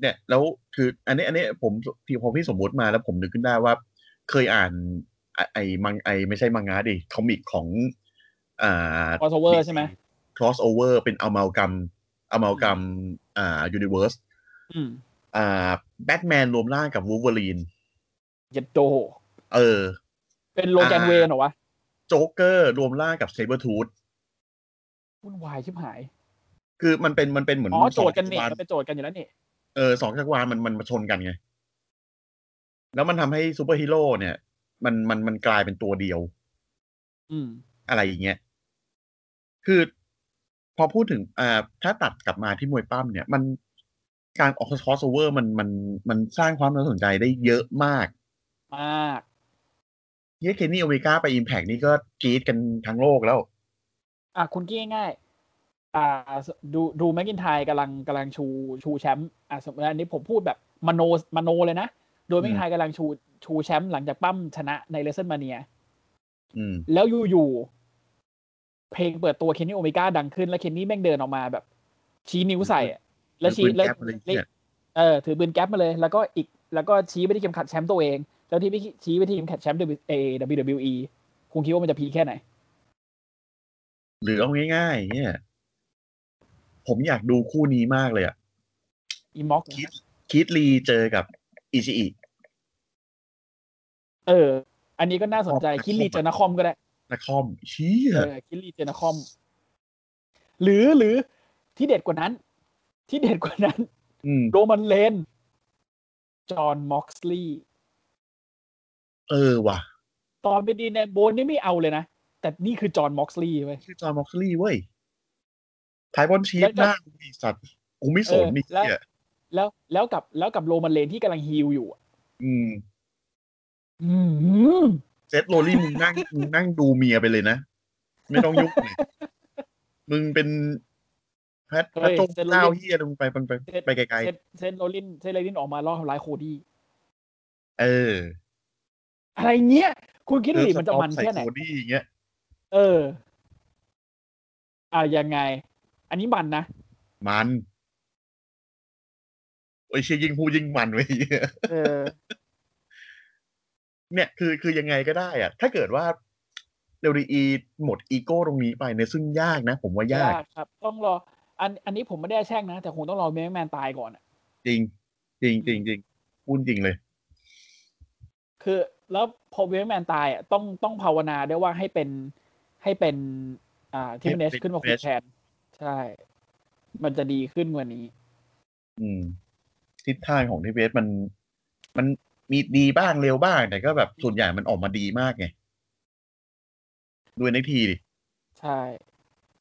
Speaker 2: เนี่ยแล้วคืออันนี้อันนี้ผมที่พอพี่สมมติมาแล้วผมนึกขึ้นได้ว่า เคยอ่านไอไอ้มังไอไม่ใช่มังงะดิคอมิกของอ่า
Speaker 3: คอสโอเวอร์ใช่ไหม
Speaker 2: crossover เป็นอ m มาลกัมอ m มาลกัมอ่า universe
Speaker 3: อืม
Speaker 2: อ่าแบทแมนรวมร่างกับวูเวอรีน
Speaker 3: เจ็ดโจ
Speaker 2: เออ
Speaker 3: เป็นโลแกนเวย์เหรอวะ
Speaker 2: โจ๊กเกอร์รวมร่างกับเซเบอร์ทูธ
Speaker 3: วุ่นวายชิบหาย
Speaker 2: คือมันเป็นมันเป็นเหมือน
Speaker 3: อ๋อโจทย์กัน
Speaker 2: ส
Speaker 3: เนี่ย
Speaker 2: องจัรวาล
Speaker 3: มันเป็นโจทย์กันอยู่แล้วเนี่ย
Speaker 2: เออสองจักรวาลมันมันมาชนกันไง แล้วมันทำให้ซูเปอร์ฮีโร่เนี่ย มันมันมันกลายเป็นตัวเดียว
Speaker 3: อืม
Speaker 2: อะไรอย่างเงี้ย คือพอพูดถึงอ่าถ้าตัดกลับมาที่มวยปั้มเนี่ย มันการออกคอสเวอร์มันมันมันสร้างความน่าสนใจได้เยอะมาก
Speaker 3: มาก
Speaker 2: เยเคนนี่โอเมก้าไปอิมแพกนี่ก็กรี๊ดกันทั้งโลกแล้ว
Speaker 3: อ่ะคุณกี้ง่ายๆอ่าดูดูแมกินไทยกำลังกำลังชูชูแชมป์อ่ะสมมติอันนี้ผมพูดแบบมโนมโนเลยนะ โดยแมกินไทยกำลังชูชูแชมป์หลังจากปั้มชนะในเลเซนมาเนีย
Speaker 2: อืม
Speaker 3: แล้วอยู่ๆเพลงเปิดตัวเคนนี่โอเมก้าดังขึ้น แล้วเคนนี่แม่งเดินออกมาแบบ ชี้นิ้วใส่อะแล้วชี้
Speaker 2: ถือปืน
Speaker 3: แล้ว
Speaker 2: แก๊ปมาเลยเนี่ย
Speaker 3: เออถือปืนแก๊ปมาเลย แล้วก็อีกแล้วก็ชี้ไปที่เข็มขัดแชมป์ตัวเอง แล้วที่พี่ชี้ไปที่เข็มขัดแชมป์ WWE คุณคิดว่ามันจะพีคแค่ไหน
Speaker 2: หรือเอาง่ายๆ เนี่ย ผมอยากดูคู่นี้มากเลยอะ
Speaker 3: อีม็อก
Speaker 2: คิดคิดลีเจอกับอิชิอิ
Speaker 3: เออ อันนี้ก็น่าสนใจ คิดลีเจอนาคอมก็ได้
Speaker 2: นะคอมเชี่ย
Speaker 3: เออ คิดลีเจอนาคอม หรือหรือที่เด็ดกว่านั้น ที่เด็ดกว่านั้น
Speaker 2: อืม
Speaker 3: โรมันเลน จอห์นม็อกซ์ลีย์
Speaker 2: เออว่ะ
Speaker 3: ตอนเป็นดีแนนโบนนี่ไม่เอาเลยนะ แต่นี่คือจอห์นม็อกซ์ลีย์เว้ย
Speaker 2: ชื่อจอห์นม็อกซลีย์เว้ยไทบอนชีฟห
Speaker 3: แล้วจะ
Speaker 2: น้ากูอีสัตว์กูไม่สน
Speaker 3: เออ
Speaker 2: นี่
Speaker 3: แล้ว
Speaker 2: เนี่ย
Speaker 3: แล้วแล้วกับแล้วกับโรมันเลนที่กำลังฮิลอยู่อะ
Speaker 2: อืม
Speaker 3: อืม
Speaker 2: เซตโรลลี่มึงนั่ง มึงนั่งดูเมียไปเลยนะ ไม่ต้องยุกเลยมึงเป็นพระพระจงเจ้าเฮียมึงไปไปไปไปไกล
Speaker 3: เซนเซนโรลินเซนโรลินออกมาล่อทำร้ายโคดี้
Speaker 2: ๆเออ
Speaker 3: อะไรเงี้ย คุณคิดดิ
Speaker 2: เออ
Speaker 3: มันจะมัน
Speaker 2: สต็อป
Speaker 3: แค่ไหน
Speaker 2: ใส่โคดี้อย่างเงี้ย
Speaker 3: เออ อ่ายังไง อันนี้มันนะ
Speaker 2: มันโอ้ยเชียยิ่งพูดยิ่งมันเว้ย
Speaker 3: เออ
Speaker 2: เนี่ยคือคือยังไงก็ได้อะถ้าเกิดว่าเดลีอีหมดอีโก้ตรงนี้ไปเนี่ยซึ่งยากนะผมว่ายาย
Speaker 3: าก กครับ ต้องรอ อัน อันนี้ผมไม่ได้แช่งนะ แต่คงต้องรอเมย์แมนตายก่อนอะ
Speaker 2: จริง จริงจริงจริงพูดจริงเลย
Speaker 3: คือแล้วพอเวลแมนตายอ่ะต้องต้องภาวนาด้วยว่าให้เป็นให้เป็น อ่าทิมเนส
Speaker 2: ให้เป็น
Speaker 3: ขึ้นมาคุ
Speaker 2: Flash
Speaker 3: มแทนใช่ มันจะดีขึ้นกว่านี้
Speaker 2: อืม ทิศทางของทีเวสมัน มันมีดีบ้างเร็วบ้าง แต่ก็แบบส่วนใหญ่มันออกมาดีมากไงด้วยในทีดิ
Speaker 3: ใช่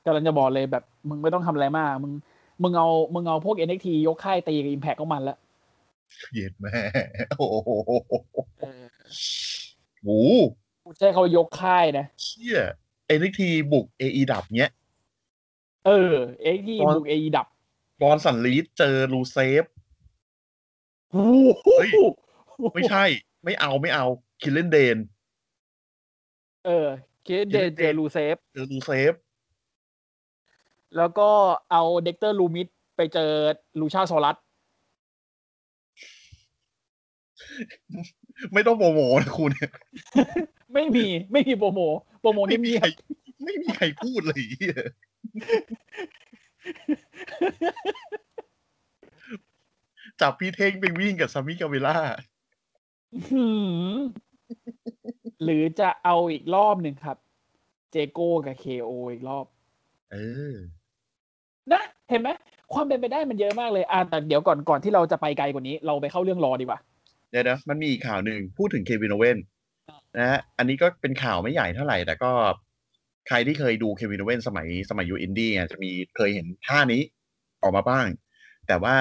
Speaker 3: กำลังจะบอกเลยแบบ มึงไม่ต้องทำอะไรมาก มึง มึงเอามึงเอาพวก NXT ยกค่ายตีกับอิมแพกก็มันละ
Speaker 2: เย็ดแม่โอ้โห
Speaker 3: เออ
Speaker 2: โอ้โห
Speaker 3: ใช่เขายกค่ายนะ
Speaker 2: เชี่ยเอ็นทีบุกเอดับเนี้ย
Speaker 3: เออ NXT
Speaker 2: ตอน
Speaker 3: บุกเอดับ
Speaker 2: บอลสันลีดเจอลูเซฟ
Speaker 3: โอ้โห
Speaker 2: เฮ้ย ไม่ใช่ ไม่เอาไม่เอาคิลเลนเดน
Speaker 3: เออเคเดเจลูเซฟ
Speaker 2: เจอลูเซฟ
Speaker 3: แล้วก็เอาเด็กเตอร์ลูมิดไปเจอลูชาซอรัส
Speaker 2: ไม่ต้องโมโมนะคุณ
Speaker 3: ไม่มีไม่มีโปรโมโปรโม
Speaker 2: ไม่
Speaker 3: นี่
Speaker 2: มี
Speaker 3: มี
Speaker 2: ใครไม่มีใครพูดเลยไอ้เหี้ยจับพี่เท่งไปวิ่งกับซามิกาเวล่า
Speaker 3: หืมหรือจะเอาอีกรอบหนึ่งครับ เจโก้กับเคโออีกรอบ
Speaker 2: เออ
Speaker 3: นะเห็นไหมความเป็นไปได้มันเยอะมากเลยอ่าแต่เดี๋ยวก่อนก่อนที่เราจะไปไกลกว่านี้ เราไปเข้าเรื่องรอดีกว่า
Speaker 2: เดี๋ยวนะมันมีอีกข่าวหนึ่งพูดถึงเควินโอเว่นนะฮะอันนี้ก็เป็นข่าวไม่ใหญ่เท่าไหร่ แต่ก็ใครที่เคยดูเควินโอเว่นสมัยสมัยอยู่อินดี้อ่ะจะมีเคยเห็นท่านี้ออกมาบ้าง แต่ว่า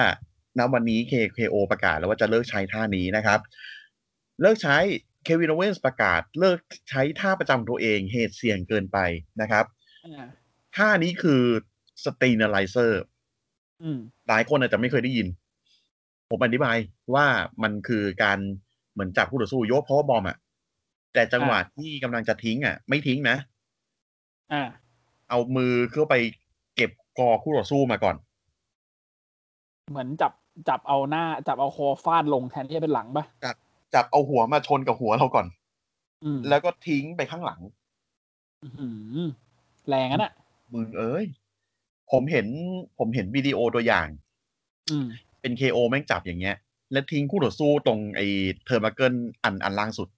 Speaker 2: ณวันนี้ KKO ประกาศแล้วว่าจะเลิกใช้ท่านี้นะครับ เลิกใช้เควินโอเว่นประกาศ เลิกใช้ท่าประจำตัวเองเหตุเสี่ยงเกินไปนะครับ
Speaker 3: อ่า
Speaker 2: ท่านี้คือสตีนไลเซอร์
Speaker 3: อืม
Speaker 2: หลายคนอาจจะไม่เคยได้ยิน ผมอธิบายว่ามันคือการเหมือนจับผู้ต่อสู้ยกเพราะว่าบอมอ่ะ แต่จังหวะที่กำลังจะทิ้งอ่ะ ไม่ทิ้งนะ
Speaker 3: อ่า
Speaker 2: เอามือเข้าไปเก็บคอคู่ต่อสู้มาก่อน
Speaker 3: เหมือนจับจับเอาหน้า จับเอาคอฟาดลงแทนที่จะเป็นหลังปะ
Speaker 2: จับเอาหัวมาชนกับหัวเราก่อน
Speaker 3: อืม
Speaker 2: แล้วก็ทิ้งไปข้างหลัง
Speaker 3: อื้อหือแรงอะน่ะ
Speaker 2: มึงเอ้ย ผมเห็นผมเห็นวิดีโอตัวอย่าง
Speaker 3: อืม
Speaker 2: เป็นเคโอแม่งจับอย่างเงี้ย แล้วทิ้งคู่ต่อสู้ตรงไอ้เทอร์มาเกิลอันอันล่างสุด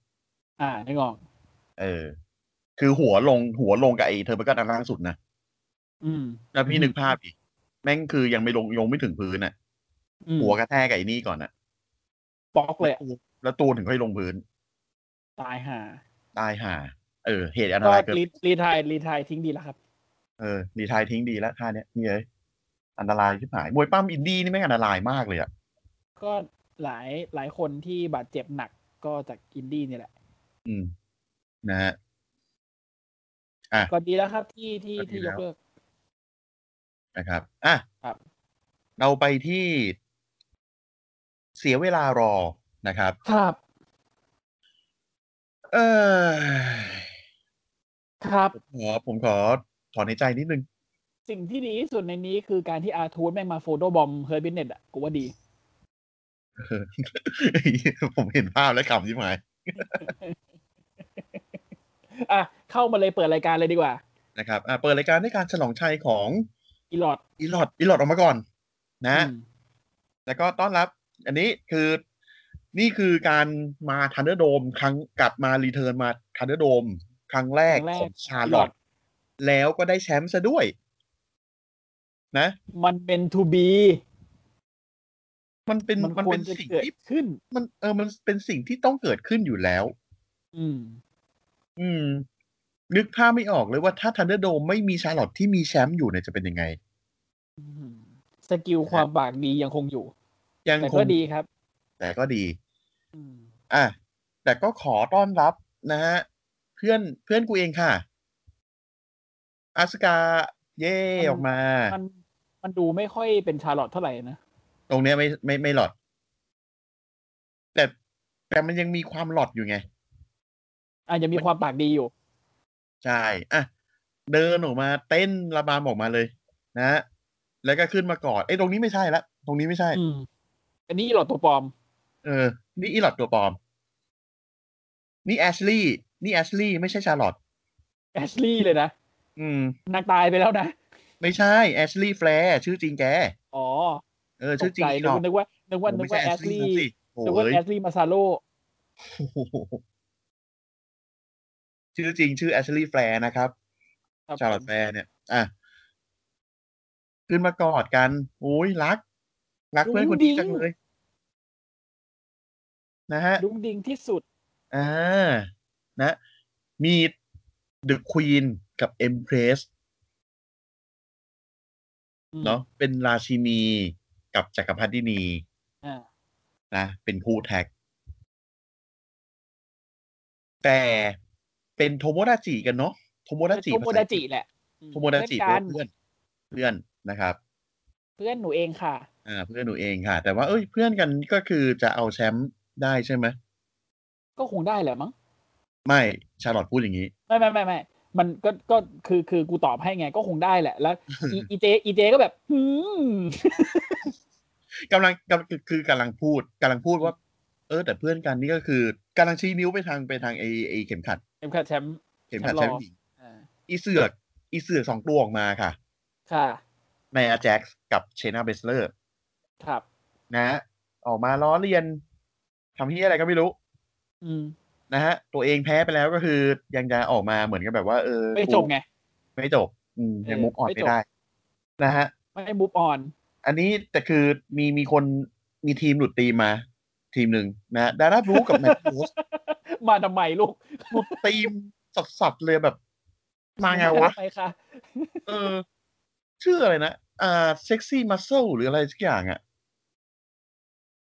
Speaker 3: อ่านึกออก
Speaker 2: เออ คือหัวลงหัวลงกับไอ้เทอร์มาเกิลอันล่างสุดนะ
Speaker 3: อืม
Speaker 2: แล้วพี่นึกภาพดิแม่งคือยังไม่ลงลงไม่ถึงพื้นอ่ะ
Speaker 3: อืม
Speaker 2: หัวกระแทกกับไอ้นี่ก่อนอ่ะ
Speaker 3: บล็อกเลยอะ
Speaker 2: แล้วตัวถึงค่อยลงพื้น
Speaker 3: ตายห่า
Speaker 2: ตายห่า เออ เหตุอันต
Speaker 3: ก็
Speaker 2: รายเกิด
Speaker 3: รีรีไทายรีไทายทิ้งดีแล้วครับ
Speaker 2: เออดีไทายทิ้งดีแล้วท่าเนี้ยนี่เลยอันตรายชิบหายมวยปั้มอินดี้นี่แม่งอันตรายมากเลยอ่ะ
Speaker 3: ก็หลายหลายคนที่บาดเจ็บหนักก็จากอินดี้นี่แหละ
Speaker 2: อืม นะฮะ
Speaker 3: ก็ดีแล้วครับที่ที่
Speaker 2: ก็ดี
Speaker 3: ที่
Speaker 2: แล้
Speaker 3: ยว กเลิก
Speaker 2: นะครับ อ่ะ
Speaker 3: ครับ
Speaker 2: เราไปที่เสียเวลารอนะครับ
Speaker 3: ครับ
Speaker 2: เออ
Speaker 3: ครับ
Speaker 2: ขอผมขอถอนในใจนิดนึง
Speaker 3: สิ่งที่ดีที่สุดในนี้คือการที่อาร์ทูธแม่งมาโฟโต้บอมเฮอร์บินเน็ตอ่ะกูว่าดี
Speaker 2: เออผมเห็นภาพแล้วขำชิบหาย
Speaker 3: อ่ะ เข้ามาเลยเปิดรายการเลยดีกว่า
Speaker 2: นะครับอ่าเปิดรายการด้วยการฉลองชัยของ
Speaker 3: อีลอด
Speaker 2: อีลอดอีลอดออกมาก่อน นะ
Speaker 3: อืม
Speaker 2: แล้วก็ต้อนรับ อันนี้คือนี่คือการมาทันเดอร์โดมครั้งกลับมารีเทิร์นมาทันเดอร์โดมครั้งแรกของชาลอตแล้วก็ได้แชมป์ซะด้วย นะ
Speaker 3: มันเป็นทูบี
Speaker 2: มันเป็น
Speaker 3: มัน
Speaker 2: มัน
Speaker 3: คว
Speaker 2: เป็
Speaker 3: ร
Speaker 2: น
Speaker 3: จะ
Speaker 2: สิ่ง
Speaker 3: เกิด
Speaker 2: ที่
Speaker 3: ขึ้น
Speaker 2: มันเออมันเป็นสิ่งที่ต้องเกิดขึ้นอยู่แล้ว
Speaker 3: อืม
Speaker 2: อืม นึกภาพไม่ออกเลยว่าถ้าทันเดอร์โดมไม่มีชาลอตที่มีแชมป์อยู่เนี่ยจะเป็นยังไง
Speaker 3: อืมสกิลความปากดียังคงอยู่
Speaker 2: ยัง
Speaker 3: แต่
Speaker 2: ค
Speaker 3: ก็
Speaker 2: ง
Speaker 3: ดีครับ
Speaker 2: แต่ก็ดี
Speaker 3: อืม
Speaker 2: อ่ะแต่ก็ขอต้อนรับนะฮะ เพื่อนเพื่อนกูเองค่ะ อาสกา เย่ออกมา
Speaker 3: มันมันดูไม่ค่อยเป็นชาร์ลอตเท่าไหร่นะ
Speaker 2: ตรงเนี้ยไม่ไม่ไม่หลอด แต่แต่มันยังมีความหลอดอยู่ไง
Speaker 3: อาจจะมีความปากดีอยู่
Speaker 2: ใช่ อ่ะ เดินออกมาเต้นระบำออกมาเลยนะฮะแล้วก็ขึ้นมากอดไอ้ยตรงนี้ไม่ใช่ละ ตรงนี้ไม่ใช่
Speaker 3: อืม อันนี้หลอดตัวปลอม
Speaker 2: เออ นี่อีหลอดตัวปลอม นี่แอชลี่ นี่แอชลี่ไม่ใช่ชาลอต
Speaker 3: แอชลี่เลยนะ
Speaker 2: อืม
Speaker 3: นางตายไปแล้วนะ
Speaker 2: ไม่ใช่แอชลี่แฟร์ชื่อจริงแก
Speaker 3: อ๋อ
Speaker 2: เออ
Speaker 3: ต
Speaker 2: ชื่อกจริง
Speaker 3: ใจ
Speaker 2: อี
Speaker 3: นึ
Speaker 2: ห
Speaker 3: ก
Speaker 2: ลอ
Speaker 3: ว่า
Speaker 2: ด
Speaker 3: นึกว่านึกว่านึกว่าแอชลี่ นึ
Speaker 2: นึ
Speaker 3: ก
Speaker 2: ก
Speaker 3: ว่า
Speaker 2: ว่า
Speaker 3: แอชลี่มาซาโล
Speaker 2: ชื่อจริงชื่อแอชลีย์แฟร์นะครับ
Speaker 3: ครับ
Speaker 2: ชาร์ลอตแฟร์เนี่ยอ่ะขึ้นมากอดกันโอ้ยรัก รักเพื่อนคนนี้จังเลย นะฮะ
Speaker 3: ดุงดิงที่สุด
Speaker 2: อ่านะ มีเดอะควีนกับเอ็มเพรส
Speaker 3: อืม
Speaker 2: เนาะเป็นราชินีกับจักรพรรดินี
Speaker 3: อ่า
Speaker 2: นะเป็นคู่แท็ก แต่เป็นโทโมดาจิกันเนาะโทโมดาจิ
Speaker 3: โทโมดาจิแหละ
Speaker 2: โทโมดาจิ
Speaker 3: เพื่อนกัน
Speaker 2: เพื่อนเพื่อนนะครับ
Speaker 3: เพื่อนหนูเองค่ะ
Speaker 2: อ่า เพื่อนหนูเองค่ะ แต่ว่าเอ้ยเพื่อนกันก็คือจะเอาแชมป์ได้ใช่ไหม
Speaker 3: ก็คงได้แหละมั้ง
Speaker 2: ไม่ชาลอตพูดอย่างนี้
Speaker 3: ไม่ไม่ไม่ไม่ มันก็ก็คือคือกูตอบให้ไงก็คงได้แหละ แล้ว อี อีเจอีเจก็แบบหืม
Speaker 2: กำลังกำลังคือคือกำลังพูดกำลังพูดว่า เออ แต่เพื่อนกันนี่ก็คือกำลังชี้นิ้วไปทางไปทางไอไอเข็มขัด
Speaker 3: เอ็มคัดแชมป์
Speaker 2: เข็มขัด
Speaker 3: แช
Speaker 2: แช
Speaker 3: ม
Speaker 2: ม
Speaker 3: ป์รอ
Speaker 2: ป์หญิง
Speaker 3: อ่า
Speaker 2: อีเสือกอีเสือกสองตัวออกมาค่ะ
Speaker 3: ค่ะ
Speaker 2: แมร์แจ็กซ์กับเชนาเบสเลอร์
Speaker 3: ครับ
Speaker 2: นะฮะออกมาล้อเลียนทำที่อะไรก็ไม่รู้
Speaker 3: อืม
Speaker 2: นะฮะ ตัวเองแพ้ไปแล้วก็คือยังจะออกมาเหมือนกับแบบว่าเออ
Speaker 3: ไม่
Speaker 2: กู
Speaker 3: จบไง
Speaker 2: ไม่จบอืมยัง
Speaker 3: เออ
Speaker 2: มุกออน
Speaker 3: ไม่
Speaker 2: ไม่
Speaker 3: จบ
Speaker 2: ได้ นะฮะ
Speaker 3: ไม่มูฟออน
Speaker 2: อันนี้แต่คือมีมีคนมีทีมหลุดตีมมา ทีมหนึ่งนะดาราบรูกับแมท โรส
Speaker 3: มาทำไมลูก
Speaker 2: ตีมสับๆเลยแบบ มาไง วะ
Speaker 3: ไปค่ะ
Speaker 2: เออ ชื่ออะไรนะ อ่าเซ็กซี่มัสเซลหรืออะไรสักอย่างอ่ะ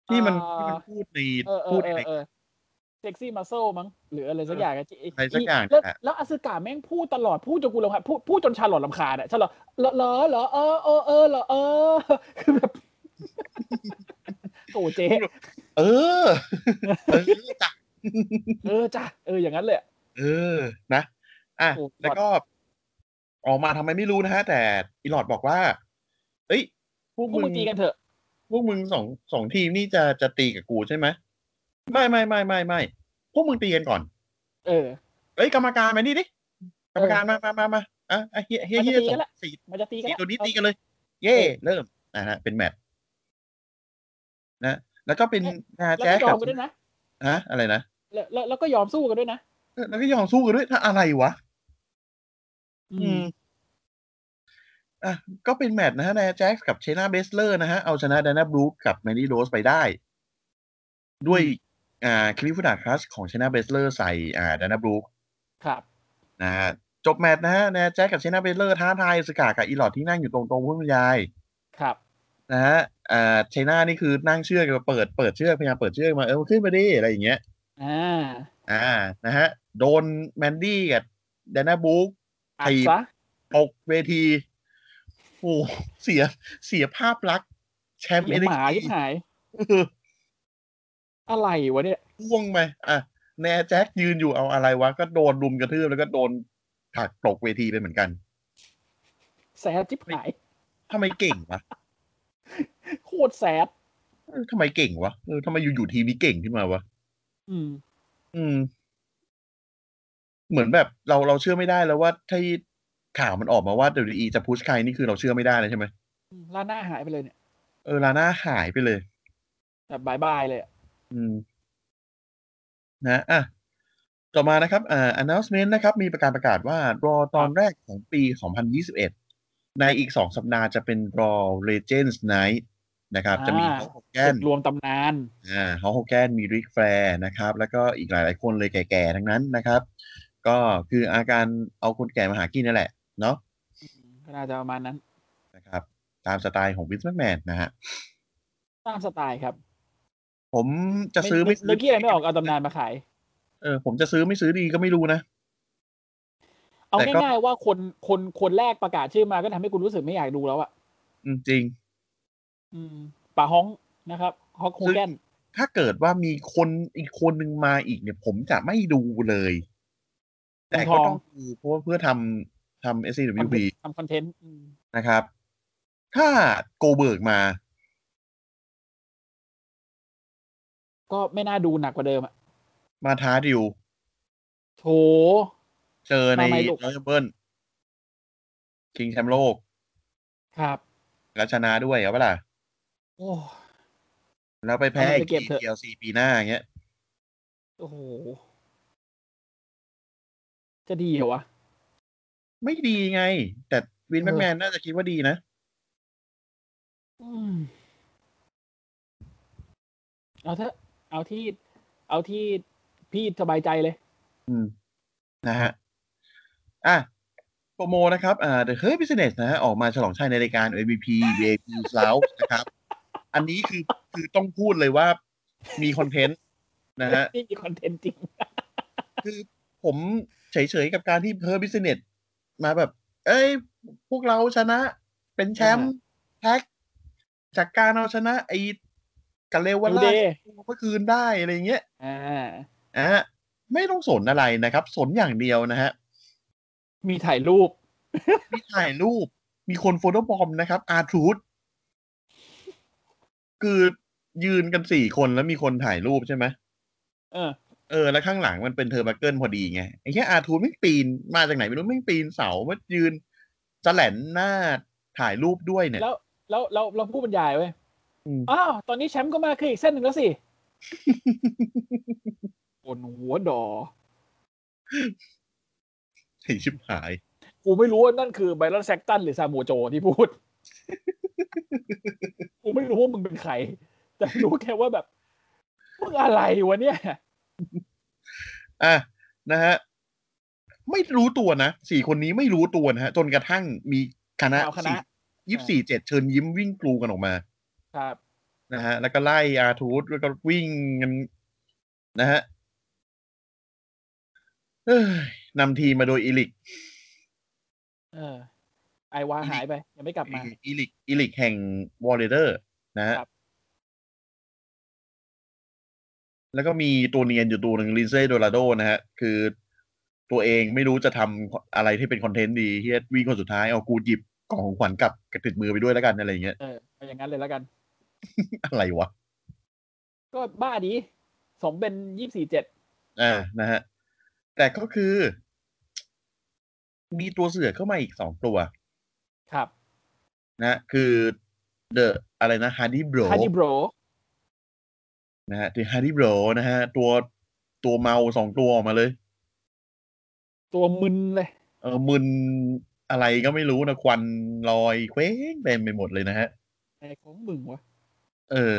Speaker 2: ที่มัน
Speaker 3: อ่า
Speaker 2: ที่มันพูดใน
Speaker 3: เออเอ
Speaker 2: พู
Speaker 3: อ
Speaker 2: ด
Speaker 3: เอ
Speaker 2: ใน
Speaker 3: อเออเซ็กซี่มัสเซลมั้งหรืออะไรสักอย่างอะที่
Speaker 2: อะไรสักอย่าง
Speaker 3: แล้ว
Speaker 2: เนี่ย
Speaker 3: แล้วอสึกาแม่งพูดตลอดพูดจนกูรำคาญพูดพูดจนชาหลอดลำคาญอะชาหลอดเหรอเหรอเหรอเออเออเออเหรอ เออคือแบบโอ้เจ๊
Speaker 2: เออ เออจ้ะ
Speaker 3: เออจ้ะเอออย่างนั้นเลยอะ
Speaker 2: เออ นะ อ่ะ
Speaker 3: โอ้
Speaker 2: แล้วก็ ออกมาทำไมไม่รู้นะฮะ แต่อีหลอดบอกว่า เอ้ย พวก
Speaker 3: พวก
Speaker 2: มึ
Speaker 3: มึ
Speaker 2: ง
Speaker 3: งตีกันเถอะ
Speaker 2: พวกมึงสองสองทีมนี่จะจะตีกับกูใช่ไหมไม่ไม่ไม่ไม่ไม่พวกมึงตีกันก่อน
Speaker 3: เออ
Speaker 2: เอ้ยกรรมการมานี่ดิกรรมการมามามามาอ่ะอ่ะเฮียเฮียเฮีย
Speaker 3: มันจะ
Speaker 2: ส
Speaker 3: ตีกั
Speaker 2: อง
Speaker 3: นละ
Speaker 2: สี่
Speaker 3: มันจะตีกัน
Speaker 2: สี่
Speaker 3: ละ
Speaker 2: ตัวนี้ตีกันเลย เย่เริ่มนะฮะ เป็นแมตช์นะแล้วก็เป็นนา
Speaker 3: แล้ว
Speaker 2: แจ๊ส
Speaker 3: ก็ยอ
Speaker 2: กั
Speaker 3: ม
Speaker 2: บ
Speaker 3: กันด้วยนะ
Speaker 2: ฮะอะไรนะ
Speaker 3: แล้วแล้วแล้วก็ยอมสู้กันด้วยนะ
Speaker 2: เออแล้วก็ยอมสู้กันด้วยถ้าอะไรวะ
Speaker 3: อื
Speaker 2: อื
Speaker 3: ม
Speaker 2: มอ่ะก็เป็นแมตช์นะฮะนาแจ็คกับเชนาเบสเลอร์นะฮะ เอาชนะดานาบรูคกับแมนนี่โรสไปได้ ด้วยอ่าคลิฟดาคลัสของเชนาเบสเลอร์ใส่อ่าดานาบรูค
Speaker 3: ครับ
Speaker 2: นะฮะจบแมตช์นะฮะแนแจ็คกับเชนาเบเลอร์ท้าทายสกากับอีหลอดที่นั่งอยู่ตรงตรงผู้บรรยาย
Speaker 3: ครับ
Speaker 2: นะฮะอ่าเชนานี่คือนั่งเชือกเปิดเปิดเชือกพยายามเปิดเชือกมาเออขึ้นมาดิอะไรอย่างเงี้ย
Speaker 3: อ่า
Speaker 2: อ่านะฮะโดนแมนดี้กับแดนน่าบุ๊ก
Speaker 3: อัด
Speaker 2: ไอ้
Speaker 3: ซะ
Speaker 2: ตกเวทีโอ้โหเสียเสียภาพลักษณ์แชมป์
Speaker 3: เสี
Speaker 2: เอย เน็
Speaker 3: หมายิ่หาย
Speaker 2: ก
Speaker 3: อะไรวะเนี่ย
Speaker 2: พ่วงไปอ่ะแนแจ็คยืนอยู่เอาอะไรวะ ก็โดนรุมกระทืบแล้วก็โดนผลักตกเวทีไปเหมือนกัน
Speaker 3: แสบจิบหาย
Speaker 2: ทำไมเก่งวะ
Speaker 3: โคตรแสบ
Speaker 2: เออทำไมเก่งวะเออทำไมอยู่ๆทีมนี้เก่งขึ้นมาวะ
Speaker 3: อืม
Speaker 2: อืม เหมือนแบบเราเราเชื่อไม่ได้แล้วว่าถ้าข่าวมันออกมาว่า WWE จะพุชใครนี่คือเราเชื่อไม่ได้เลยใช่ไหม
Speaker 3: ล่านหน้าหายไปเลยเนี่ย
Speaker 2: เออลาน่าหายไปเลย
Speaker 3: แบบบายบายเลยอะ
Speaker 2: อืม นะอ่ะต่อมานะครับอ่า announcement นะครับ มีประกาศประกาศว่ารอตอนแรกของปี 2021 ในอีกสองสัปดาห์จะเป็น Raw Legends Night นะครับ จะมีเขาแก
Speaker 3: จุ
Speaker 2: น
Speaker 3: ดรวมตำนาน
Speaker 2: อ่าฮอลโฮแกนมีริกแฟร์นะครับ แล้วก็อีกหลาย ๆ คนเลยแก่ ๆ ทั้งนั้นนะครับ ก็คืออาการเอาคนแก่มาหากินนั่นแหละ เนาะ
Speaker 3: ก็น่าจะประมาณนั้น
Speaker 2: นะครับ ตามสไตล์ของวินส์แมนแมนนะฮะ
Speaker 3: ตามสไตล์ครับ
Speaker 2: ผมจะซื้อไม่ซื้
Speaker 3: เมื่อกี้อะไรไม่ออกเอาตำนานมาขาย
Speaker 2: เออผมจะซื้อไม่ซื้อดีก็ไม่รู้นะ
Speaker 3: เอา
Speaker 2: แต่ก็
Speaker 3: ง่ายๆว่าคนคนคนแรกประกาศชื่อมาก็ทำให้คุณรู้สึกไม่อยากดูแล้วอะ
Speaker 2: อืมจริง
Speaker 3: อืมป่าฮ้องนะครับฮอกโคแกน
Speaker 2: ถ้าเกิดว่ามีคนอีกคนหนึ่งมาอีกเนี่ย ผมจะไม่ดูเลย แต่ก็ต้องดูเพราะว่าเพื่อทำทำ S C W P
Speaker 3: ทำคอนเทนต์อืม
Speaker 2: นะครับ ถ้าโกเบิร์กมา
Speaker 3: ก็ไม่น่าดูหนักกว่าเดิมอะ
Speaker 2: มาท้าดิว
Speaker 3: โถ
Speaker 2: เจอใน
Speaker 3: มาไหม
Speaker 2: ร
Speaker 3: ลูก
Speaker 2: อยัลเบิร์นชิงแชมป์โลก
Speaker 3: ครับ
Speaker 2: แล้วชนะด้วยเอาเปะล่า
Speaker 3: โอ้
Speaker 2: แล้วไปแพ้
Speaker 3: เอาไป
Speaker 2: อีก
Speaker 3: เก็บเถอะ
Speaker 2: ที TLC ปีหน้าอย่างเงี้ย
Speaker 3: โอ้โห จะดีเหรอวะ
Speaker 2: ไม่ดีไง แต่วิน
Speaker 3: เอ
Speaker 2: แม
Speaker 3: อ
Speaker 2: นแมนน่าจะคิดว่าดีนะ
Speaker 3: อืมเอาเถอะเอาที่ เอาที่พี่สบายใจเลย
Speaker 2: อืม นะฮะ อ่ะโปรโมนะครับอ่า The Hurt Business นะฮะ ออกมาฉลองชัยในรายการ MVP VIP Slouch นะครับ อันนี้คือคือต้องพูดเลยว่ามีคอนเทนต์นะฮะ
Speaker 3: นี่มีคอนเทนต์จริง
Speaker 2: คือผมเฉยๆ กับการที่เพอร์บิสเนสมาแบบ เอ้ย พวกเราชนะเป็นแชมป์แท็ก จากการเอาชนะไอ้กาเลวา
Speaker 3: ดู
Speaker 2: ล่า
Speaker 3: เด
Speaker 2: เมื่อคืนได้ อะไรอย่างเงี้ย
Speaker 3: อ่า
Speaker 2: อ่ะไม่ต้องสนอะไรนะครับ สนอย่างเดียวนะฮะ
Speaker 3: มีถ่ายรูป
Speaker 2: มีถ่ายรูป มีคนโฟโต้บอมนะครับ อาร์ทูดคือยืนกันสี่คนแล้วมีคนถ่ายรูปใช่ไหม
Speaker 3: เออ
Speaker 2: เออแล้วข้างหลังมันเป็นเทอร์บักเกิลพอดีไงไอ้แค่อาทูนไม่งปีนมาจากไหนไม่รู้ไม่งปีนเสามายืนแสลนหน้าถ่ายรูปด้วยเนี่ย
Speaker 3: แล้วแล้วเราเราผู้บรรยายเว้ย
Speaker 2: อืม
Speaker 3: อ้าว ตอนนี้แชมป์ก็มาคืออีกเส้นหนึ่ งแล้วสิ บนหัวดอ
Speaker 2: ไอ้ชิบหาย
Speaker 3: กูไม่รู้ว่านั่นคือไบรอนแซกตันหรือซามูโจที่พูด กูไม่รู้ว่ามึงเป็นใคร แต่รู้แค่ว่าแบบ มึงอะไรวะเนี่ย
Speaker 2: อ่ะนะฮะไม่รู้ตัวนะสี่คนนี้ไม่รู้ตัวนะฮะ จนกระทั่งมีคณะ
Speaker 3: เอาคณะ
Speaker 2: สี่ยี่สิบสี่เจ็ดเชิญยิ้มวิ่งกลูกันออกมา
Speaker 3: ครับ
Speaker 2: นะฮะ แล้วก็ไล่อาทูธแล้วก็วิ่งกันนะฮะเอ้ยนำทีมมาโดยอีลิก
Speaker 3: เออ ไอวาหายไป ยังไม่กลับมา
Speaker 2: อีลิกอีลิกแห่งวอลเลเดอร์นะฮะ
Speaker 3: ครับ
Speaker 2: แล้วก็มีตัวเนียนอยู่ตัวหนึ่งลินเซ่โดราโดนะฮะ คือตัวเองไม่รู้จะทำอะไรที่เป็นคอนเทนต์ดีเฮียวิ่งคนสุดท้ายเอากูหยิบกล่องของขวัญกลับกระติดมือไปด้วยแล้วกันอะไรอย่างเงี้ย
Speaker 3: เออเอาอย่างนั้นเลยแล้วกัน
Speaker 2: อะไรวะ
Speaker 3: ก็บ้าดี สมเป็นยี่สี่เจ็ด
Speaker 2: อ่านะฮะ แต่ก็คือ มีตัวเสือกเข้ามาอีกสองตัว
Speaker 3: ครับ
Speaker 2: นะฮะคือเดอะอะไรนะฮาร์ดี้โบร
Speaker 3: ฮานิโบร
Speaker 2: นะฮะที่ฮาร์ดี้โบรนะฮะ ตัวตัวเมาสองตัวออกมาเลย
Speaker 3: ตัวมึนเลย
Speaker 2: เออมึนอะไรก็ไม่รู้นะควันลอยเคว้งเต็มไปหมดเลยนะฮะ
Speaker 3: ไอของมึงวะ
Speaker 2: เออ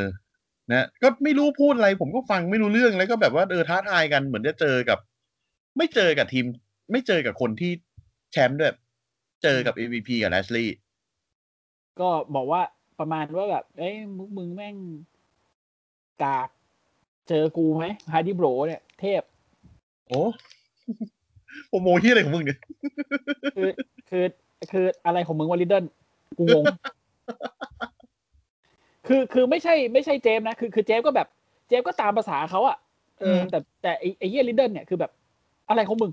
Speaker 2: นะ ก็ไม่รู้พูดอะไร ผมก็ฟังไม่รู้เรื่องแล้วก็แบบว่าเออท้าทายกันเหมือนจะเจอกับ ไม่เจอกับทีม ไม่เจอกับคนที่แชมป์ด้วย เจอกับ MVP กับแ a ชลี y
Speaker 3: ก็บอกว่าประมาณว่าแบบ เอ้ยมึงมึงแม่งกาก เจอกูไหมฮาร์ดิโบรเนี่ย เทพ
Speaker 2: โอ้ โปรโมที่อะไรของมึงเนี่ย
Speaker 3: คือคือคืออะไรของมึงวะลิดเดิลกูงง คือคือไม่ใช่ไม่ใช่เจมส์นะ คือคือเจมส์ก็แบบเจมส์ก็ตามภาษาเขาอะเออ
Speaker 2: ม
Speaker 3: อแต่แต่ไอ้ไอ้เฮียลิดเดิลเนี่ยคือแบบ อะไรของมึง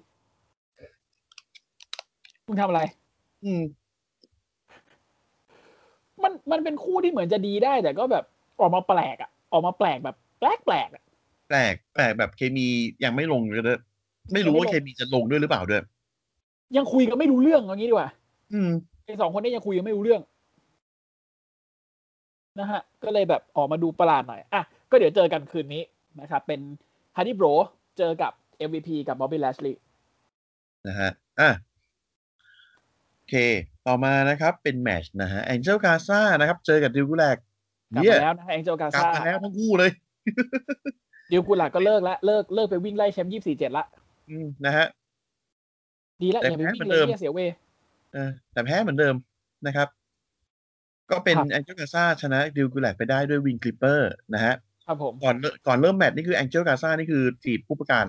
Speaker 3: มึงทำอะไร
Speaker 2: อืม
Speaker 3: มันมันเป็นคู่ที่เหมือนจะดีได้ แต่ก็แบบออกมาแปลกอะออกมาแปลกแบบแปลกแปลกๆอะ
Speaker 2: แปลกแปลกแบบเคมียังไม่ลงเลยด้วยไม่รู้ว่าเคมีจะลงด้วยหรือเปล่าด้วย
Speaker 3: ยังคุยกันไม่รู้เรื่องเอางี้ดีกว่า
Speaker 2: อืม
Speaker 3: ไอ้สองคนนี้ยังคุยกันไม่รู้เรื่อง นะฮะ ก็เลยแบบออกมาดูประหลาดหน่อย อ่ะ ก็เดี๋ยวเจอกันคืนนี้นะครับ เป็นฮาร์ด y โบรเจอกับ MVP กับบ๊อบบี้แลชลีย์
Speaker 2: นะฮะ อ่ะ โอเค ต่อมานะครับ เป็นแมตชนะฮะแองเจลกาซ่านะครับ เจอกับดิวกุแลก
Speaker 3: กลับ
Speaker 2: เยี่ย
Speaker 3: มาแล้วนะฮะแองเจลกาก
Speaker 2: ลับ
Speaker 3: ซา
Speaker 2: มาแล้วทั้งคู่เลย
Speaker 3: ดิวกูหลักก็เลิกละเลิกเลิกไปวิ่งไล่แชมป์ยี่สี่เจ็ดละ
Speaker 2: อืมนะฮะ
Speaker 3: ดีละ
Speaker 2: แต่
Speaker 3: อย่าไป
Speaker 2: แพ้เหมื
Speaker 3: วิ่ง
Speaker 2: อน
Speaker 3: เล
Speaker 2: เดิ
Speaker 3: ย
Speaker 2: ม
Speaker 3: เหี้ยเสียเวย
Speaker 2: เออแต่แพ้เหมือนเดิมนะครับ ก็เป็น
Speaker 3: ครับ
Speaker 2: แองเจลกาซ่าชนะดิวกุแลกไปได้ด้วยวิงคลิปเปอร์นะฮะ
Speaker 3: ครับผม
Speaker 2: ก่อนเริ่มก่อนเริ่มแมตช์นี่คือแองเจลกาซ่านี่คือจีบผู้ประกาศ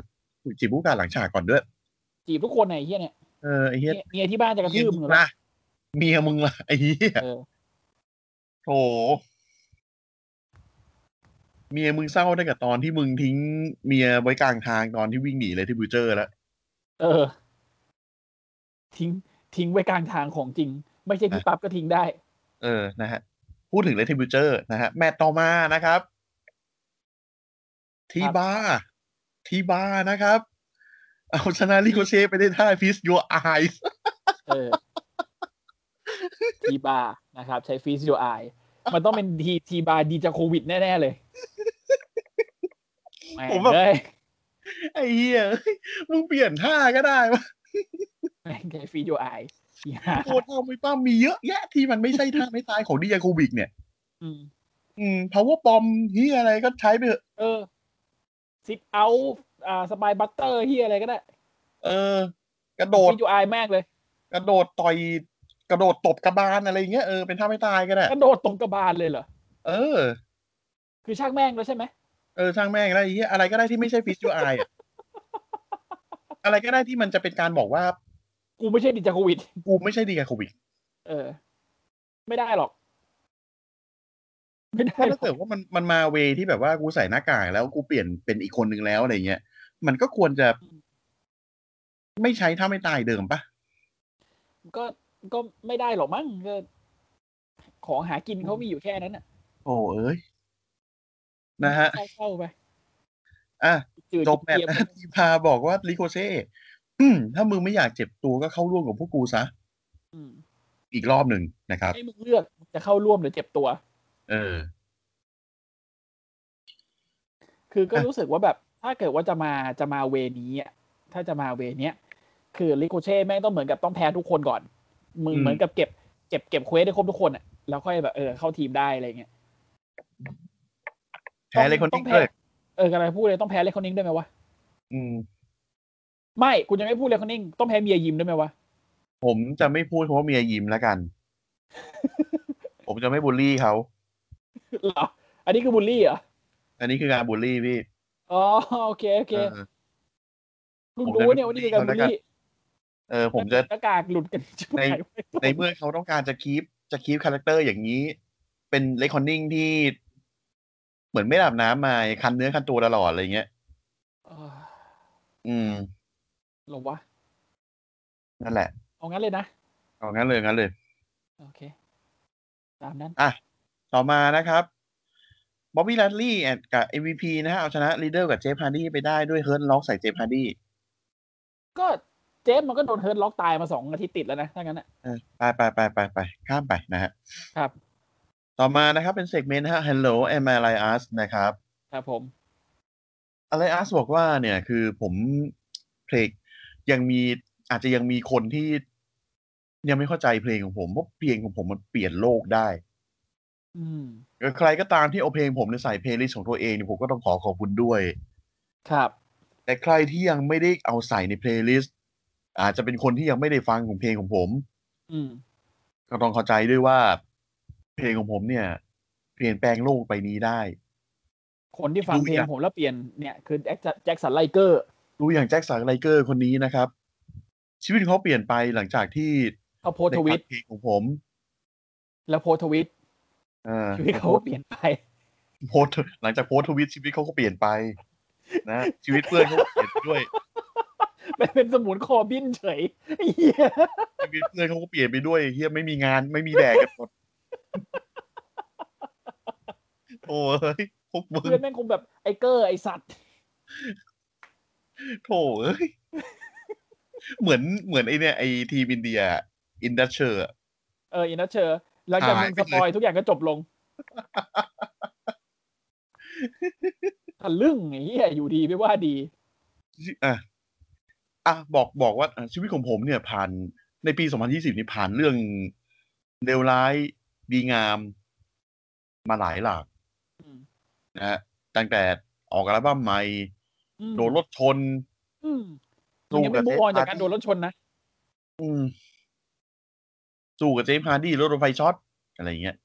Speaker 2: จีบผู้ประกาศหลังฉากก่อนด้วย
Speaker 3: จีบทุกคนไหนเฮียเนี่ย
Speaker 2: เออไอ้เฮีย
Speaker 3: เมียเมียที่บ้านจะกระทืบมึงเหรอ
Speaker 2: ล่ะเมียมึงล่ะไอ้เหี้ย
Speaker 3: เออ
Speaker 2: โถเมียมึงเศร้าได้กับตอนที่มึงทิ้งเมียไว้กลางทางตอนที่วิ่งหนีเลยที่บูเจอร์แล้ว
Speaker 3: เออ ทิ้งทิ้งไว้กลางทางของจริง ไม่ใช่พี่ปั๊บก็ทิ้งได้
Speaker 2: เออนะฮะ พูดถึงเลยที่บูเจอร์นะฮะ แมตต์ต่อมานะครับ ทีบาร์ทีบาร์นะครับ เอาชนะลิโกเชไปได้ท่าฟิสยูไอส์
Speaker 3: เออ ทีบาร์นะครับ ใช้ฟีซิโอไอมันต้องเป็นทีทีบาร์ดีจากโควิดแน่ ๆ เลยแหม่งเอ้ย
Speaker 2: ไอ้เหี้ยเอ้ยมึงเปลี่ยนท่าก็ได้วะ
Speaker 3: แม่งใช้ฟีซิโอไอ
Speaker 2: โคตรเอาไม่ป้ามีเยอะแยะที่มันไม่ใช่ท่าไม่ตายของดิยาโคบิกเนี่ย
Speaker 3: ม
Speaker 2: อืม power bomb ที่อะไรก็ใช้ไปเถอะ
Speaker 3: เออซิทเอาอ่าสปายบัตเตอร์ที่อะไรก็ได้
Speaker 2: เออ กระโดด
Speaker 3: ฟีซิโอไอแม่งเลย
Speaker 2: กระโดดต่อย กระโดดตบกระบาลอะไรอย่างเงี้ย เออ เป็นท่าไม่ตายก็ได้
Speaker 3: กระโดดตรงกระบาลเลยเหรอ
Speaker 2: เออ
Speaker 3: คือช่างแม่งแล้วใช่ไหม
Speaker 2: เออ ช่างแม่งก็ได้ไอ้เหี้ยอะไรก็ได้ที่ไม่ใช่ f i s u i อะอะไรก็ได้ที่มันจะเป็นการบอกว่า
Speaker 3: กูไม่ใช่ดีจากโควิด
Speaker 2: กูไม่ใช่ดีกับโควิด
Speaker 3: เออ ไม่ได้หรอก ไม่ได้
Speaker 2: เพราะ
Speaker 3: หร
Speaker 2: ถ้าเกิ
Speaker 3: อ
Speaker 2: ด
Speaker 3: ก
Speaker 2: ว่ามันมันมาเวที่แบบว่ากูใส่หน้ากากแล้วกูเปลี่ยนเป็นอีกคนนึงแล้วอะไรเงี้ย มันก็ควรจะ ไม่ใช้ท่าไม่ตายเดิมปะ
Speaker 3: ก็ก็ไม่ได้หรอกมั้งก็ของหากินเขามีอยู่แค่นั้นน่ะ
Speaker 2: โอ้เอ้ย นะฮะ
Speaker 3: เศร้าๆไป
Speaker 2: อ่ะ
Speaker 3: จืด
Speaker 2: จบแมต
Speaker 3: เกี
Speaker 2: ช์
Speaker 3: ยม
Speaker 2: นะทีพาบอกว่าลิโกเช่อืมถ้ามึงไม่อยากเจ็บตัวก็เข้าร่วมกับพวกกูซะ
Speaker 3: อืม
Speaker 2: อีกรอบหนึ่งนะครับ
Speaker 3: ให้มึงเลือกจะเข้าร่วมหรือเจ็บตัว
Speaker 2: เออ
Speaker 3: คือก็
Speaker 2: อ่ะ
Speaker 3: รู้สึกว่าแบบถ้าเกิดว่าจะมาจะมาเวนี้อะถ้าจะมาเวเนี้ยคือลิโกเช่แม่งต้องเหมือนกับต้องแพ้ทุกคนก่อน มึงเหมือนกับเก็บเก็บเก็บเควสได้ครบทุกคนอ่ะแล้วค่อยแบบเออเข้าทีมได้อะไรเงี้ย
Speaker 2: แพ้เลยคน
Speaker 3: ต้
Speaker 2: นี้
Speaker 3: อง
Speaker 2: เลย
Speaker 3: เออกำลังพูดเลยต้องแพ้เลคคอนนิ่งด้วยไหมวะ
Speaker 2: อืม
Speaker 3: ไม่คุณจะไม่พูดเลคคอนนิ่งต้องแพ้เมียยิมด้วยไหมวะ
Speaker 2: ผมจะไม่พูดเพราะว่าเมียยิ้มแล้ว กัน ผมจะไม่บูลลี่เขา
Speaker 3: เหรอ อันนี้คือบูลลี่เหรอ
Speaker 2: อันนี้คือการบูลลี่พี่
Speaker 3: อ๋อโอเคโอเค
Speaker 2: เออ
Speaker 3: เพิ่ง
Speaker 2: ผม
Speaker 3: รู้
Speaker 2: จะไม่
Speaker 3: เนี่ยว่านี่คือการ
Speaker 2: บู
Speaker 3: บู
Speaker 2: ล
Speaker 3: ล
Speaker 2: ลี่
Speaker 3: ลี่
Speaker 2: เออ ผมจะ
Speaker 3: หน้ากากหลุดกัน ชุดไหนไว้
Speaker 2: ในเมื่อเขาต้องการจะคีปจะคีปคาแรคเตอร์อย่างนี้ เป็นเลคคอนนิ่งที่ เหมือนไม่อาบน้ำมาคันเนื้อคันตัวตลอดอะไรเงี้ย
Speaker 3: เออ
Speaker 2: อืม
Speaker 3: หรอวะ
Speaker 2: นั่นแหละ
Speaker 3: เอางั้นเลยนะ
Speaker 2: เอางั้นเลยงั้นเลย
Speaker 3: โอเค ตามนั้น
Speaker 2: อ่ะ ต่อมานะครับบ๊อบบี้ลัดลี่แอดกับ MVP นะฮะ เอาชนะลีเดอร์กับเจฟฮาร์ดี้ไปได้ด้วยเฮิร์นล็อกใส่เจฟฮาร์ดี้
Speaker 3: ก็เจฟมันก็โดนเฮิร์ตล็อกตายมาสองอาทิตย์ติดแล้วนะถ้างั้นนะ
Speaker 2: เออไปไปไปไปไปข้ามไปนะฮะ
Speaker 3: ครับ
Speaker 2: ต่อมานะครับเป็นเซกเมนต์ฮะ Hello am I like us นะครับ
Speaker 3: ครับผม
Speaker 2: อะไรอาร์สบอกว่าเนี่ยคือผมเพลงยังมีอาจจะยังมีคนที่ยังไม่เข้าใจเพลงของผมเพราะเพลงของผมมันเปลี่ยนโลกได้
Speaker 3: อืม
Speaker 2: ใครก็ตามที่เอาเพลงผมในยใส่เพลงลิสต์ของตัวเองเนี่ยผมก็ต้องขอขอบคุณด้วย
Speaker 3: ครับ
Speaker 2: แต่ใครที่ยังไม่ได้เอาใส่ในเพลย์ลิสต์อาจจะเป็นคนที่ยังไม่ได้ฟังของเพลงของผม
Speaker 3: อืม
Speaker 2: ก็ต้องเข้าใจด้วยว่า เพลงของผมเนี่ย เปลี่ยนแปลงโลกไปนี้ได้
Speaker 3: คนที่ฟัง
Speaker 2: ดู
Speaker 3: เพลง
Speaker 2: อย่าง
Speaker 3: ผมแล้วเปลี่ยนเนี่ยคือแจ็คแจ็คสันไลเกอร์
Speaker 2: ดูอย่างแจ็คสันไลเกอร์คนนี้นะครับ ชีวิตของเขาเปลี่ยนไปหลังจากที่
Speaker 3: เขาโพสต์ทวิต
Speaker 2: ได้ฟังเพลงของผม
Speaker 3: แล้วโพสต์ทวิ ต
Speaker 2: เออ
Speaker 3: ชีวิตเขาก็เปลี่ยนไป
Speaker 2: โพสต์หลังจากโพสต์ทวิตชีวิตเขาก็เปลี่ยนไป นะ ชีวิตเพื่อนเขาก็เปลี่ยนไปด้วย
Speaker 3: เป็นเป็นสมุนคอบินเฉยไอ้เหี้ย
Speaker 2: ชีวิตเพื่อนเขาก็เปลี่ยนไปด้วยเฮียไม่มีงานไม่มีแดกกันหมด โอ้ยพวกมึง
Speaker 3: เพื่อนแม่งคงแบบไอเกอร์ไอสัตว์
Speaker 2: โถเอ้ย เหมือนเหมือนไอเนี่ยไอทีมอินเดียอินดัชเชอร์
Speaker 3: เอออินัทเชอร์หลังจากมึง
Speaker 2: หายไปเล
Speaker 3: ส
Speaker 2: ย
Speaker 3: ปอยทุกอย่างก็จบ ลงทะลึ่งไอ้เหี้ยอยู่ดีไม่ว่าดี
Speaker 2: อ่ะอ่ะบอกบอกว่าอ่ะชีวิตของผมเนี่ยผ่านในปี 2020 นี่ผ่านเรื่องเลวร้ายดีงามมาหลายหลาก
Speaker 3: อืม
Speaker 2: นะฮะตั้งแต่ออกอัลบั้มใหม่
Speaker 3: อืม
Speaker 2: โดนรถชน
Speaker 3: อืมมึงยังไม่
Speaker 2: สู้กับ
Speaker 3: บุกออน
Speaker 2: เจ๊
Speaker 3: จากการ
Speaker 2: ปาร์ตี้
Speaker 3: โดนรถชนนะ
Speaker 2: อืมสู้กับเจมส์ฮาร์ดี้รถไฟช็อต อะไรอย่างเงี้ย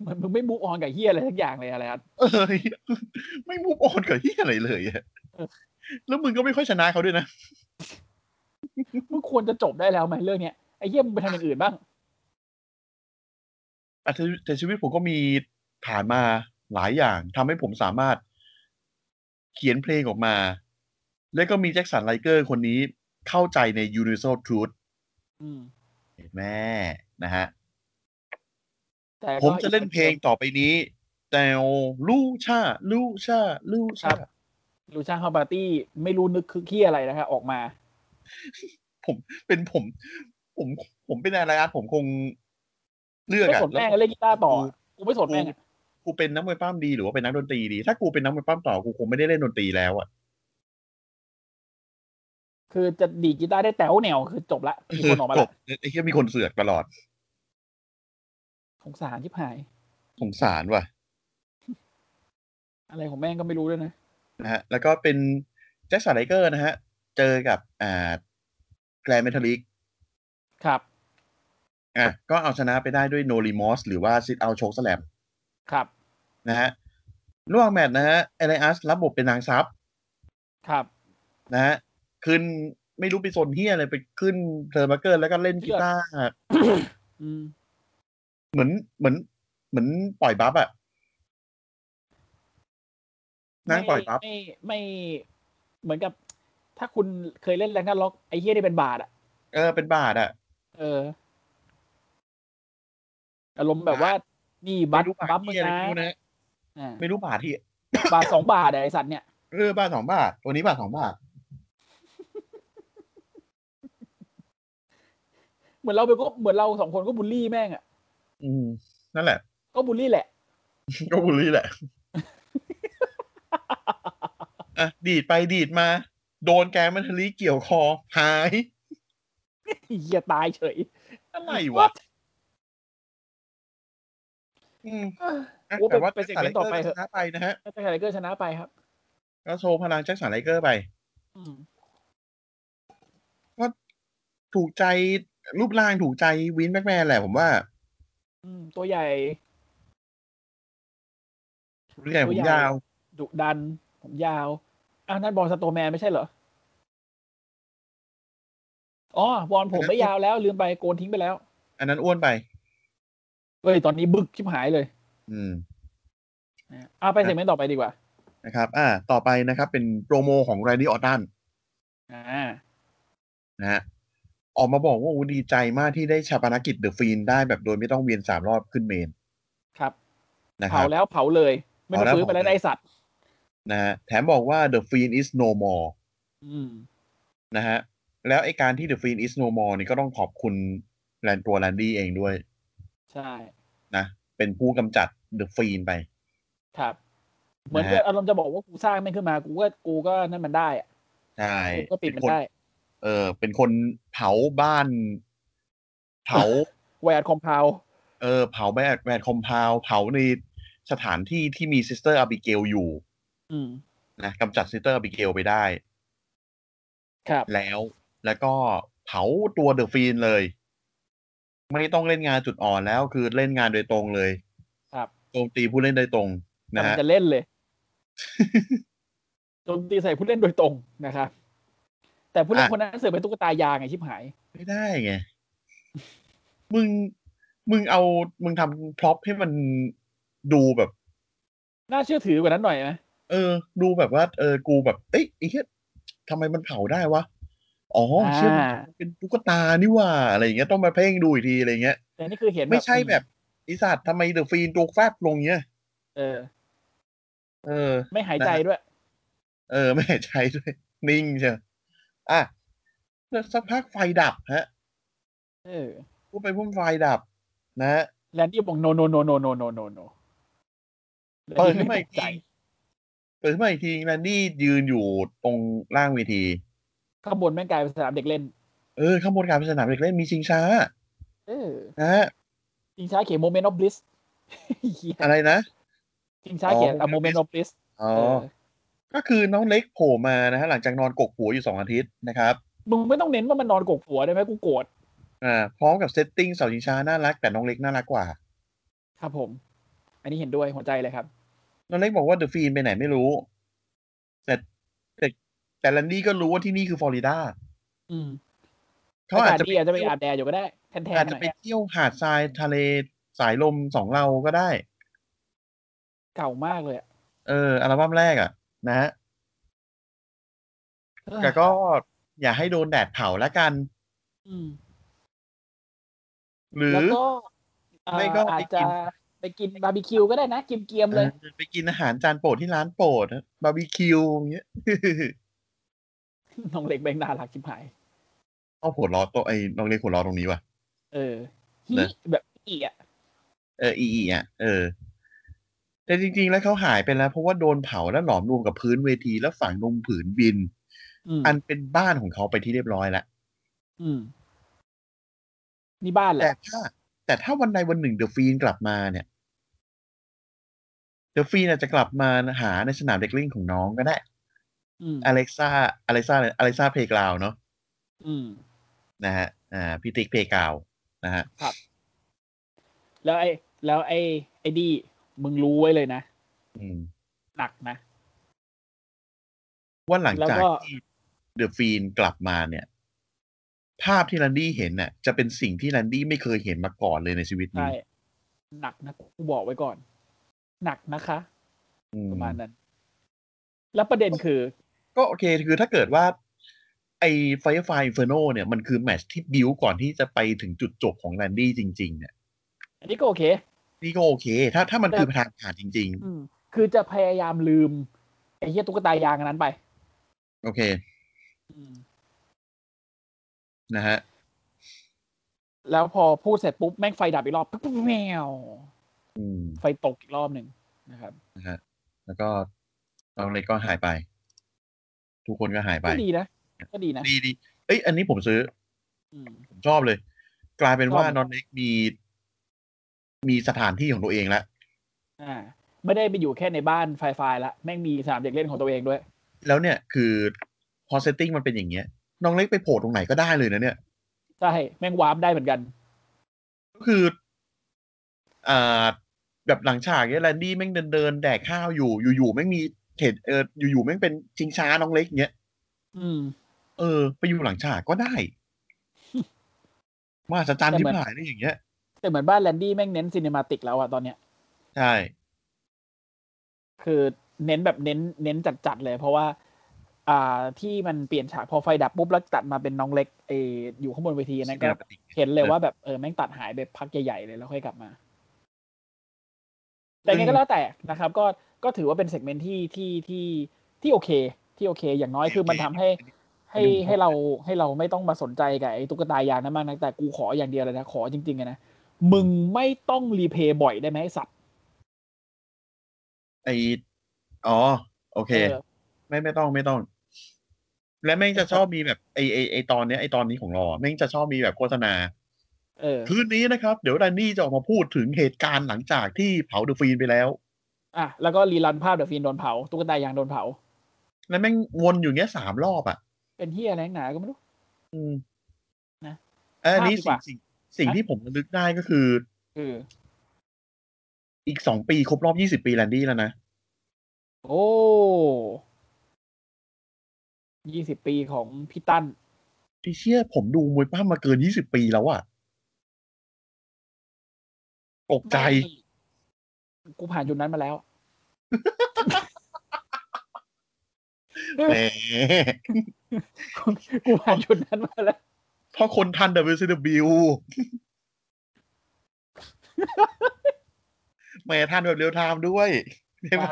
Speaker 3: เหมือนมึงไม่บุกออนกับเฮียอะไรทักอย่างเลยอะไรอ่ะ
Speaker 2: เอ้ย ไม่มูฟออนกับที่อะไรเลยอะ
Speaker 3: เออ
Speaker 2: แล้วมึงก็ไม่ค่อยชนะเขาด้วยนะ
Speaker 3: มึงควรจะจบได้แล้วไหมเรื่องเนี้ยไอ้เฮียมึงไปทำอย่างอื่นบ้าง
Speaker 2: แต่ชีวิตแต่ชีวิตผมก็มีผ่านมาหลายอย่างทำให้ผมสามารถเขียนเพลงออกมา แล้วก็มีแจ็คสันไลเกอร์คนนี้เข้าใจใน Universal Truth
Speaker 3: อืม
Speaker 2: เห็นแม่นะฮะ
Speaker 3: แต่ก็
Speaker 2: ผมจะเล่นเพลงต่อไปนี้ แต่ลูชาลูชาลู
Speaker 3: ครั
Speaker 2: ชา
Speaker 3: บลูชาฮาบาร์ตี้ไม่รู้นึกคือเฮียอะไรนะครับออกมา
Speaker 2: เป็นผม ผม ผมเป็นอะไรอาร์ตผมคงเลือก
Speaker 3: ไม่
Speaker 2: อะ
Speaker 3: สน
Speaker 2: แล้ว
Speaker 3: แม่งเล่นกีตาร์ต่อ กูไม่สนแม่งอะ
Speaker 2: กูเป็นนักมวยปล้ามดีหรือว่าเป็นนักดนตรีดี ถ้ากูเป็นนักมวยปล้ามต่อกูคงไม่ได้เล่นดนตรีแล้วอะ
Speaker 3: คือจะดีดกีตาร์ได้แต๋วแนวคือจบละมีคนออกมา
Speaker 2: จ
Speaker 3: ละ
Speaker 2: บไอ้เหี้ยมีคนเสือกตลอด
Speaker 3: สงสารชิบหาย
Speaker 2: สงสารว่ะ
Speaker 3: อะไรของแม่งก็ไม่รู้ด้วยนะ
Speaker 2: นะฮะ แล้วก็เป็นแจ็คสันไลเกอร์นะฮะ เจอกับอ่าแกรนเมทัลิก
Speaker 3: ครับ
Speaker 2: อ่ะก็เอาชนะไปได้ด้วยโนริมอสหรือว่าซิดเอาโชกสแลม
Speaker 3: ครับ
Speaker 2: นะฮะระหว่างแมตช์นะฮะเอลิอัสรับบทเป็นนางซับ
Speaker 3: ครับ
Speaker 2: นะฮะขึ้นไม่รู้ไปโซนเฮียอะไรไปขึ้นเทอร์มาเกอร์แล้วก็เล่นกีตาร์
Speaker 3: อืม
Speaker 2: เหมือนเหมือน เหมือนปล่อยบัฟอะนั่งปล่อยบัฟ
Speaker 3: ไม่ไม่ เหมือนกับ ถ้าคุณเคยเล่นแรงกันล็อกไอ้เฮียได้เป็นบาทอ่ะ
Speaker 2: เออเป็นบาทอะ
Speaker 3: เออ อารมณ์แบบว่า นี่บัต
Speaker 2: ไม่รู้บาท
Speaker 3: บัฟมึง
Speaker 2: เหี้ยอะไร
Speaker 3: นะ
Speaker 2: ไม่รู้นะ
Speaker 3: อ่า
Speaker 2: ไม่รู้บาทที่
Speaker 3: บาทสองบาทอะไอ้สัตว์เนี่ย
Speaker 2: เออบาทสองบาทตัวนี้บาทสองบาท
Speaker 3: เหมือนเราไปก็เหมือนเราสองคนก็บูลลี่แม่งอ่ะ
Speaker 2: อืมนั่นแหละ
Speaker 3: ก็บูลลี่แหละ
Speaker 2: ก็บุรีแห ละอ่ะดีดไปดีดมา โดนแกรนด์แมทลิกเกี่ยวคอหาย
Speaker 3: เฮียตายเฉย
Speaker 2: อะไรวะ อืม อ่ะ
Speaker 3: โอ้
Speaker 2: แต่ว่า
Speaker 3: เป็น
Speaker 2: แจ็คสันไร
Speaker 3: segment
Speaker 2: เก
Speaker 3: ต่
Speaker 2: อ
Speaker 3: อไป
Speaker 2: ร์
Speaker 3: เถ
Speaker 2: ช
Speaker 3: อะ
Speaker 2: นะไปนะฮะ
Speaker 3: แจ็คสันไรเกอร์ชนะไปครับ
Speaker 2: ก็โชว์พลังแจ็คสันไรเกอร์ไป
Speaker 3: อืม
Speaker 2: ถูกใจรูปร่างถูกใจวินแม็กแมนแหละผมว่า
Speaker 3: อืมตัวใหญ่
Speaker 2: เรียกผมยาว
Speaker 3: ดุดัน ผมยาว อ้าวนั่นบอลสโตแมนไม่ใช่เหรอ อ๋อบอลผมไม่ยาวแล้ว ลืมไปโกนทิ้งไปแล้ว
Speaker 2: อันนั้นอ้วนไป
Speaker 3: เอ้ย ตอนนี้บึกชิบหายเลย
Speaker 2: อืม
Speaker 3: นะอ่ะไปเซกเมนต์ต่อไปดีกว่า
Speaker 2: นะครับ อ่า ต่อไปนะครับ เป็นโปรโมของไรดี้ออตัน
Speaker 3: อ่า
Speaker 2: นะฮะ ออกมาบอกว่าอูดีใจมากที่ได้ชาปนกิจเดอะฟีนได้แบบโดยไม่ต้องเวียนสามรอบขึ้นเมน
Speaker 3: ครับ
Speaker 2: นะค
Speaker 3: เผา
Speaker 2: รับ
Speaker 3: แล้วเผาเลย ไม่ต้อง
Speaker 2: เผาแล้ว
Speaker 3: ฟื้นไปแล้ว
Speaker 2: เผาเลย
Speaker 3: ได้สัตว์
Speaker 2: นะฮะ แถมบอกว่า The Fiend is no more
Speaker 3: อืม
Speaker 2: นะฮะ แล้วไอการที่ The Fiend is no more นี่ก็ต้องขอบคุณแลนตัวแลนดี้เองด้วย
Speaker 3: ใช่
Speaker 2: นะ เป็นผู้กำจัด The Fiend ไป
Speaker 3: ครับ เหมือน
Speaker 2: นะฮะ
Speaker 3: กับอารมณ์จะบอกว่ากูสร้างไม่ขึ้นมา กูก็ กูก็นั่นมันได้อะ
Speaker 2: ใช่
Speaker 3: กูก็ปิด
Speaker 2: เป็น
Speaker 3: มัน
Speaker 2: คน
Speaker 3: ได้
Speaker 2: เออ เป็นคนเผาบ้าน เผา
Speaker 3: ไวอัดคอมเพล
Speaker 2: เออ เผาแบดแบดคอมพาวเผาในสถานที่ที่มีซิสเตอร์อาบิเกลอยู่
Speaker 3: อืม
Speaker 2: นะกำจัดซิสเตอร์อาบิเกลไปได้
Speaker 3: ครับ
Speaker 2: แล้ว แล้วก็เผาตัวเดอะฟีนเลย ไม่ต้องเล่นงานจุดอ่อนแล้ว คือเล่นงานโดยตรงเลย
Speaker 3: ครับ
Speaker 2: โจมตีผู้เล่นโดยตรงนะ
Speaker 3: กำลัง
Speaker 2: ฮะ
Speaker 3: จะเล่นเลย โจมตีใส่ผู้เล่นโดยตรงนะครับ แต่ผู้เล่นคนนั้นเสือกเป็นตุ๊กตายางไงชิบหาย
Speaker 2: ไม่ได้ไง มึง มึงเอา มึงทำพร็อพให้มันดูแบบ
Speaker 3: น่าเชื่อถือกว่านั้นหน่อยไหม
Speaker 2: เออ ดูแบบว่า เออ กูแบบ เอ๊ะไอ้เหี้ยทำไมมันเผาได้วะ อ๋ออเชื่อมน
Speaker 3: อ่า
Speaker 2: เป็นตุ๊กตานี่หว่าอะไรอย่างเงี้ยต้องมาเพ่งดูอีกทีอะไรเงี้ย
Speaker 3: แต่นี่คือเห็น
Speaker 2: ไม่ใช่แบบอีสัตว์ทำไมเดอะฟีนตัวแฟบลงเงี้ย
Speaker 3: เออ
Speaker 2: เออ
Speaker 3: ไม่หายใจด้วย
Speaker 2: เออ ไม่หายใจด้วย นิ่งเชียวอ่ะแล้วสักพักไฟดับฮะ
Speaker 3: เออ
Speaker 2: พูดไปพุ่มไฟดับ นะฮะ
Speaker 3: แลนดี้บอกโนโนโนโนโนโนโนโน
Speaker 2: เปิดขึ้นมาอีกที เปิดขึ้นมาอีกทีแมนดี้ยืนอยู่ตรงล่างเวที
Speaker 3: ข้างบนแม่งกลายเป็นสนามเด็กเล่น
Speaker 2: เออข้างบนกลารเป็นสนามเด็กเล่นมีชิงช้า
Speaker 3: เออ
Speaker 2: นะฮะ
Speaker 3: จิงช้าเขียนโมเมนต์ออฟบลิส
Speaker 2: อะไรนะ
Speaker 3: จิ งช้าเขียน
Speaker 2: อ๋อ
Speaker 3: โมเมนต์ออฟบลิส
Speaker 2: อ๋อ ก็คือน้องเล็กโผล่มานะฮะหลังจากนอนกกหัวอยู่สองอาทิตย์นะครับ
Speaker 3: มึงไม่ต้องเน้นว่ามันนอนกกหัวได้ไหมกูโกรธ
Speaker 2: อ่าพร้อมกับเซตติ้งเสาชิงช้าน่ารักแต่น้องเล็กน่ารักกว่า
Speaker 3: ครับผม อันนี้เห็นด้วยหัวใจเลยครับ
Speaker 2: น้องเล็กบอกว่าเดอะฟีนไปไหนไม่รู้ แต่แต่แต่แลนดี้ก็รู้ว่าที่นี่คือฟลอริดา
Speaker 3: อืม
Speaker 2: เขาอาจจะ
Speaker 3: ไป
Speaker 2: ไป
Speaker 3: อาจจะไปอาบแดดอยู่ก็ได้แทนแท
Speaker 2: อาน จ
Speaker 3: ห
Speaker 2: จะ
Speaker 3: น่อย
Speaker 2: ไปเที่ยวหาดทรายทะเลสายลมสองเราก็ได้
Speaker 3: เก่ามากเลยอะ
Speaker 2: เออ อัลบั้มแรกอ่ะ นะฮะ
Speaker 3: เออ
Speaker 2: แต่ก็อย่าให้โดนแดดเผาละกัน
Speaker 3: อืม
Speaker 2: หรือ
Speaker 3: แล้วก็เอ่อ
Speaker 2: ไม่ก็
Speaker 3: อา
Speaker 2: ไป
Speaker 3: จ
Speaker 2: กิ
Speaker 3: จะ
Speaker 2: น
Speaker 3: ไปกินบาร์บีคิวก็ได้นะกิมเกียมๆ
Speaker 2: เอ
Speaker 3: เล
Speaker 2: อย ไปกินอาหารจานโปรดที่ร้านโปรดบาร์บีคิวอย่างเงี้ย
Speaker 3: น้องเล็กแบงค์น่ารักชิบหาย
Speaker 2: เอาหัวล้อตัวไอ้น้องเล็กหัวล้อตรงนี้ว่ะ
Speaker 3: เออฮิ
Speaker 2: นะ
Speaker 3: แบบอีอ่ะ
Speaker 2: เอออีอีอ่ะเออ แต่จริง ๆ แล้วเขาหายไปแล้ว เพราะว่าโดนเผาแล้วหลอมรวมกับพื้นเวทีแล้วฝังลงผืนบิน
Speaker 3: อืม
Speaker 2: อันเป็นบ้านของเขาไปที่เรียบร้อยแล้ว
Speaker 3: อืม นี่บ้านแห
Speaker 2: แต่
Speaker 3: ละ
Speaker 2: ถ้า แต่ถ้าวันใดวันหนึ่งเดอะฟีนกลับมาเนี่ยเดอะฟีนอาจจะกลับมาหาในสนามเด็กเล่นของน้องก็ได้
Speaker 3: อืม
Speaker 2: อเล็กซ่าอเล็กซ่าอเล็กซ่าเพกาวเนาะ
Speaker 3: อืม
Speaker 2: นะฮะอ่าพี่ติ๊กเพกาวนะฮะ
Speaker 3: แล้วไอ้แล้วไอ้ไอ้ดีมึงรู้ไว้เลยนะ
Speaker 2: อืม
Speaker 3: หนักนะ
Speaker 2: ว่าหลังจาก
Speaker 3: แล้วก็
Speaker 2: ที่เดอะฟีนกลับมาเนี่ย ภาพที่แลนดี้เห็นน่ะ จะเป็นสิ่งที่แลนดี้ไม่เคยเห็นมาก่อนเลยในชีวิต
Speaker 3: ใช่
Speaker 2: นี้
Speaker 3: หนักนะกูบอกไว้ก่อน หนักนะคะ
Speaker 2: อืม
Speaker 3: ประมาณนั้น แล้วประเด็นคือ
Speaker 2: ก็โอเค คือถ้าเกิดว่า ไอ้ไฟฟายเฟอร์โนเนี่ย มันคือแมตชที่บิวก่อนที่จะไปถึงจุดจบของแลนดี้จริง ๆ เนี่ย
Speaker 3: อันนี้ก็โอเค
Speaker 2: นี่ก็โอเค ถ้าถ้ามันคือทางผ่านจริง
Speaker 3: อืมคือจะพยายามลืม ไอ้เหี้ยตุ๊กตายางอันนั้นไป
Speaker 2: ๆ โอเค นะฮะ
Speaker 3: แล้วพอพูดเสร็จปุ๊บ แม่งไฟดับอีกรอบปุ๊บปุ๊บแมว
Speaker 2: อืม
Speaker 3: ไฟตกอีกรอบหนึ่งนะครับ
Speaker 2: นะฮะ แล้วก็ตอนเล็กก็หายไป ทุกคนก็หายไป
Speaker 3: ก็ดีนะ ก็ดีนะ
Speaker 2: ดีดีเอ้ย อันนี้ผมซื้อ
Speaker 3: อืม
Speaker 2: ผมชอบเลย กลายเป็นว่า
Speaker 3: ชอบ
Speaker 2: นอนเล็กมี มีสถานที่ของตัวเองแล้ว
Speaker 3: อ่า ไม่ได้ไปอยู่แค่ในบ้านไฟไฟละแม่งมีสนามเด็กเล่นของตัวเองด้วย
Speaker 2: แล้วเนี่ยคือพอเซตติ้งมันเป็นอย่างเงี้ยน้องเล็กไปโผล่ตรงไหนก็ได้เลยนะเนี่ย
Speaker 3: ใช่แม่งวาร์ปได้เหมือนกัน
Speaker 2: ก็คืออ่าแบบหลังฉากเนี่ยแลนดี้แม่งเดินเดินๆแดกข้าวอยู่ อยู่ๆแม่งมีเขตเอออยู่ๆแม่งเป็นชิงช้าน้องเล็กเงี้ย
Speaker 3: อืม
Speaker 2: เออไปอยู่หลังฉากก็ ได้ มาสจารย์
Speaker 3: แต่
Speaker 2: ที่
Speaker 3: มัน
Speaker 2: หายเลยอย่างเงี้ย
Speaker 3: แต่เหมือนบ้านแลนดี้แม่งเน้นซีนิมาติกแล้วอะตอนเนี้ย
Speaker 2: ใช่
Speaker 3: คือเน้นแบบเน้นเน้นจัดๆเลย เพราะว่า อ่าที่มันเปลี่ยนฉากพอไฟดับปุ๊บแล้วตัดมาเป็นน้องเล็กเอออยู่ข้างบนเวทีอันนั้นก็ เห็นเลยว่าแบบเออแม่งตัดหายไปพักใหญ่ๆเลยแล้วค่อยกลับมา แต่ไงก็แล้วแต่นะครับ ก็ก็ถือว่าเป็นเซกเมนที่ที่ที่ที่โอเค ที่โอเค อย่างน้อยคือมันทำให้ ให้ให้เราให้เราไม่ต้องมาสนใจกับไอ้ตุ๊กตายางนั้นมากนะแต่กูขออย่างเดียวเลยนะขอจริงๆอะนะมึงไม่ต้องรีเพย์บ่อยได้ไหมไอ้สัตว์
Speaker 2: ไออ๋อ โอเค
Speaker 3: เออ
Speaker 2: ไม่ไม่ต้องไม่ต้อง และแม่งจะชอบมีแบบไอไอไอตอนเนี้ยไอตอนนี้ของรอแม่งจะชอบมีแบบโฆษณา
Speaker 3: เออ
Speaker 2: คืนนี้นะครับ เดี๋ยวแดนนี่จะออกมาพูดถึงเหตุการณ์หลังจากที่เผาเดอะฟีนไปแล้ว
Speaker 3: อ่ะแล้วก็รีรันภาพเดอะฟินโดนเผาตุ๊กตายางโดนเผา
Speaker 2: แล้วแม่งวนอยู่เงี้ยสามรอบอ่ะ
Speaker 3: เป็นที่อะไรนักหนาก็ไม่รู้
Speaker 2: อืม
Speaker 3: นะ
Speaker 2: เอยอันนี้สิ่ง
Speaker 3: ภาพดีกว่า
Speaker 2: สิ่งสิ่งที่ผมระลึกได้ก็คือ
Speaker 3: เออ
Speaker 2: อีกสองปีครบรอบยี่สิบปีแลนดี้แล้วนะ
Speaker 3: โอ้ยี่สิบปีของพี่ตั้น
Speaker 2: ที่เชื่อผมดูมวยป้ามมาเกินยี่สิบปีแล้วอ่ะตกใจ
Speaker 3: ไม่กูผ่านจุดนั้นมาแล้ว
Speaker 2: แหม
Speaker 3: กูผ่านจุดนั้นมาแล้ว
Speaker 2: เพราะคนทัน WCW แหมทันแบบเรียวไทม์ด้วยใช่ไหม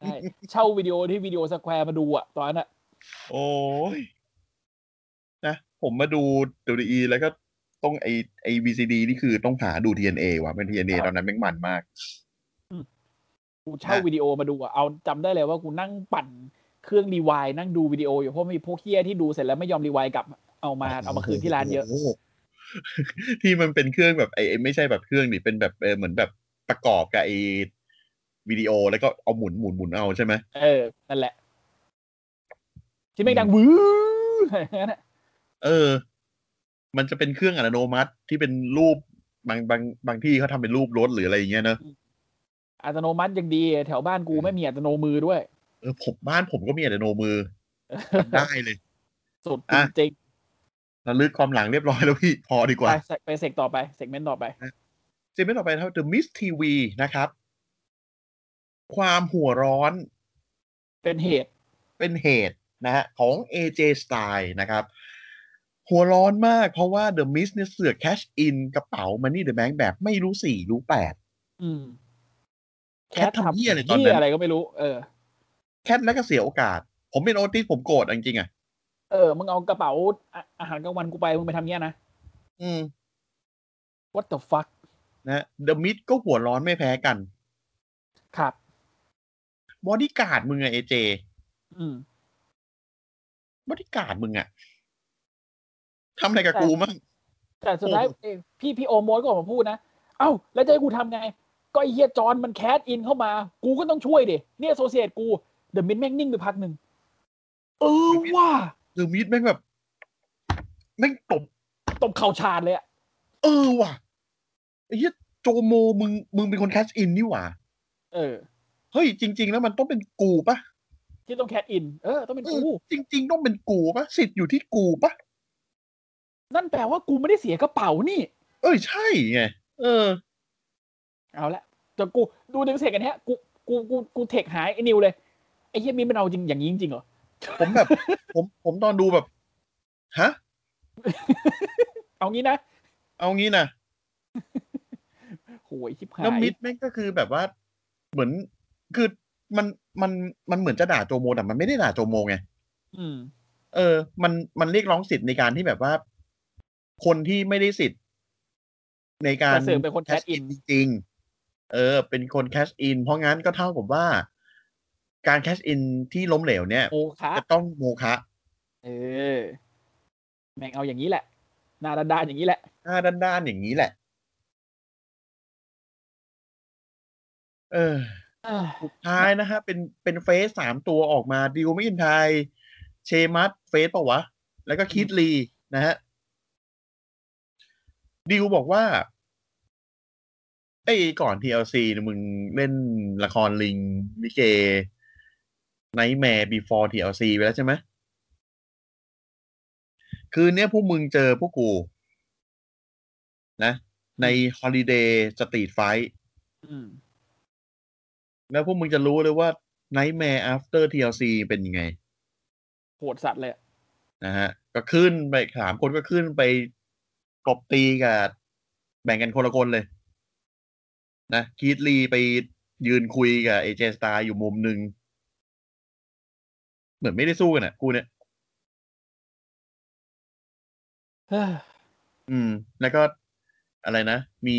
Speaker 3: ใช่ ใช่เช่าวิดีโอที่วิดีโอสแควร์มาดูอะตอนนั้นอะ
Speaker 2: โอ้ยนะ ผมมาดู WWE แล้วก็ต้องไอไอ VCD นี่คือต้องหาดู TNA ว่ะเป็น TNA ตอนนั้นแม่งมันมาก
Speaker 3: กูเช่าวิดีโอมาดูอะเอาจำได้เลยว่ากูนั่งปั่นเครื่องรีไวายนั่งดูวิดีโออยู่เพราะมีพวกเฮียที่ดูเสร็จแล้วไม่ยอมรีไวายกลับเอามาเอามาคืนที่ร้านเยอะ
Speaker 2: โโห ที่มันเป็นเครื่องแบบไอ้ไอ้ไม่ใช่แบบเครื่องนี่เป็นแบบเออเหมือนแบบประกอบกับไอ้วิดีโอแล้วก็เอาหมุนหมุนหมุนเอาใช่ไหม
Speaker 3: เออ นั่นแหละ ที่ไม่งดังวื้ออย่างนั้นอะ
Speaker 2: เออ มันจะเป็นเครื่องอัตโนมัติที่เป็นรูปบางบางบางที่เขาทำเป็นรูปรถหรืออะไรอย่างเงี้ยเนอะ
Speaker 3: อัตโนมัติยังดีแถวบ้านกูไม่มีอัตโนมือด้วย
Speaker 2: เออผมบ้านผมก็มีอัตโน มือทำได้เลย
Speaker 3: สุด
Speaker 2: อ่ะ
Speaker 3: จริง
Speaker 2: ระลึกความหลังเรียบร้อยแล้วพี่ พอดี
Speaker 3: ๆ
Speaker 2: กว่า
Speaker 3: ไปไปเซกต่อไปเซกเมนต์ต่อไป
Speaker 2: เซกเมนต์ต่อไปนะครับ The Miss TV นะครับ ความหัวร้อน
Speaker 3: เป็นเหตุ
Speaker 2: เป็นเหตุนะฮะของ AJ Style นะครับ หัวร้อนมากเพราะว่า The Miss เนี่ยเสือก cash in กระเป๋า Money the Bank แบบไม่รู้สี่รู้แปด
Speaker 3: อืม
Speaker 2: แคททำเหี้ยอะไรตอนนั้น
Speaker 3: เหี้ยอะไรก็ไม่รู้ เออ
Speaker 2: แคทแล้วก็เสียโอกาส ผมเป็นโอติสผมโกรธเอาจริงๆอ่ะ
Speaker 3: เออ มึงเอากระเป๋าอะอาหารกลางวันกูไป มึงไปทำเงี้ยนะ
Speaker 2: อืม
Speaker 3: what the fuck
Speaker 2: นะเดอะมิดก็หัวร้อนไม่แพ้กัน
Speaker 3: ครับ
Speaker 2: บอดี้การ์ดมึงไงเอเจ
Speaker 3: อืม
Speaker 2: บอดี้การ์ดมึงอะทำอะไรกับกูมั่ง
Speaker 3: แต่สุดท้ายเอ้ยพี่พี่โอมโมสก็ออกมาพูดนะ เอ้า แล้วจะให้กูทำไง ก็ไอเฮียจอนมันแคสอินเข้ามา กูก็ต้องช่วยดิเนี่ยโซเซียตกู เดอะมินแม่งนิ่งไปพักหนึ่ง เออว่า
Speaker 2: เดอะมิดแม่งแบบแม่งตบ
Speaker 3: ตบเข่าชาดเลยอะ
Speaker 2: เออว่ะไอ้เหี้ยโจโมมึง มึงเป็นคนแคชอินนี่หว่า
Speaker 3: เออ
Speaker 2: เฮ้ย จริง ๆ แล้วมันต้องเป็นกูปะ
Speaker 3: ที่ต้องแคสอิน เออ ต้องเป็น
Speaker 2: เอ
Speaker 3: กู
Speaker 2: อจริง ๆ ต้องเป็นกูปะสิทธิ์อยู่ที่กูปะ
Speaker 3: นั่นแปลว่ากูไม่ได้เสียกระเป๋านี่
Speaker 2: เอ้ยใช่ไงเออ
Speaker 3: เอาละแต่กูดูดึงเสกกันแฮะกูกูกูกูเทคหายไอ้นิวเลย ไอ้เฮียมินมันเอาจริงอย่างนี้จริงๆเหรอ
Speaker 2: ผมแบบ ผมผมตอนดูแบบ ฮะ
Speaker 3: เอางี้นะ
Speaker 2: เอางี้นะ
Speaker 3: โหยชิบหาย
Speaker 2: แล้วมิดแม่งก็คือแบบว่าเหมือนคือมันมันมันเหมือนจะด่าโจโมแต่มันไม่ได้ด่าโจโมไง
Speaker 3: อืม
Speaker 2: เออ มันมันเรียกร้องสิทธิ์ในการที่แบบว่า คนที่ไม่ได้สิทธิ์ ในการ
Speaker 3: แต่เสือกเป็นคน cash in
Speaker 2: จริงๆเออ เป็นคนแคชอินเพราะงั้นก็เท่ากับว่า การแคชอินที่ล้มเหลวเนี่ย
Speaker 3: โอคะ
Speaker 2: จะต้องโมคะ
Speaker 3: เออ แม่งเอาอย่างนี้แหละหนาดานๆอย่างนี้แหละ
Speaker 2: หน้าด้านๆอย่างนี้แหละ เออ
Speaker 3: อ่า
Speaker 2: ท้ายนะฮะ เป็นเป็นเฟสสามตัวออกมาดิวไม่อินไทย เชมัสเฟสปะวะ แล้วก็คิดลีนะฮะดิวบอกว่าไอ้ก่อน TLC เนี่ยมึงเล่นละครลิงลิเก Nightmare Before TLC ไปแล้วใช่ไหมคืนเนี้ยพวกมึงเจอพวกกู นะ ใน Holiday Street Fight
Speaker 3: อืม
Speaker 2: แล้วพวกมึงจะรู้เลยว่า Nightmare After TLC เป็นยังไง
Speaker 3: โหดสัตว์เลยอะ
Speaker 2: นะฮะ ก็ขึ้นไปสามคนก็ขึ้นไปกบตีกับแบ่งกันคนละคนเลย นะคีตลีไปยืนคุยกับเอเจสตาอยู่มุมหนึ่ง เหมือนไม่ได้สู้กันอ่ะ กูเนี่ย
Speaker 3: เฮ้อ
Speaker 2: อืม แล้วก็อะไรนะ มี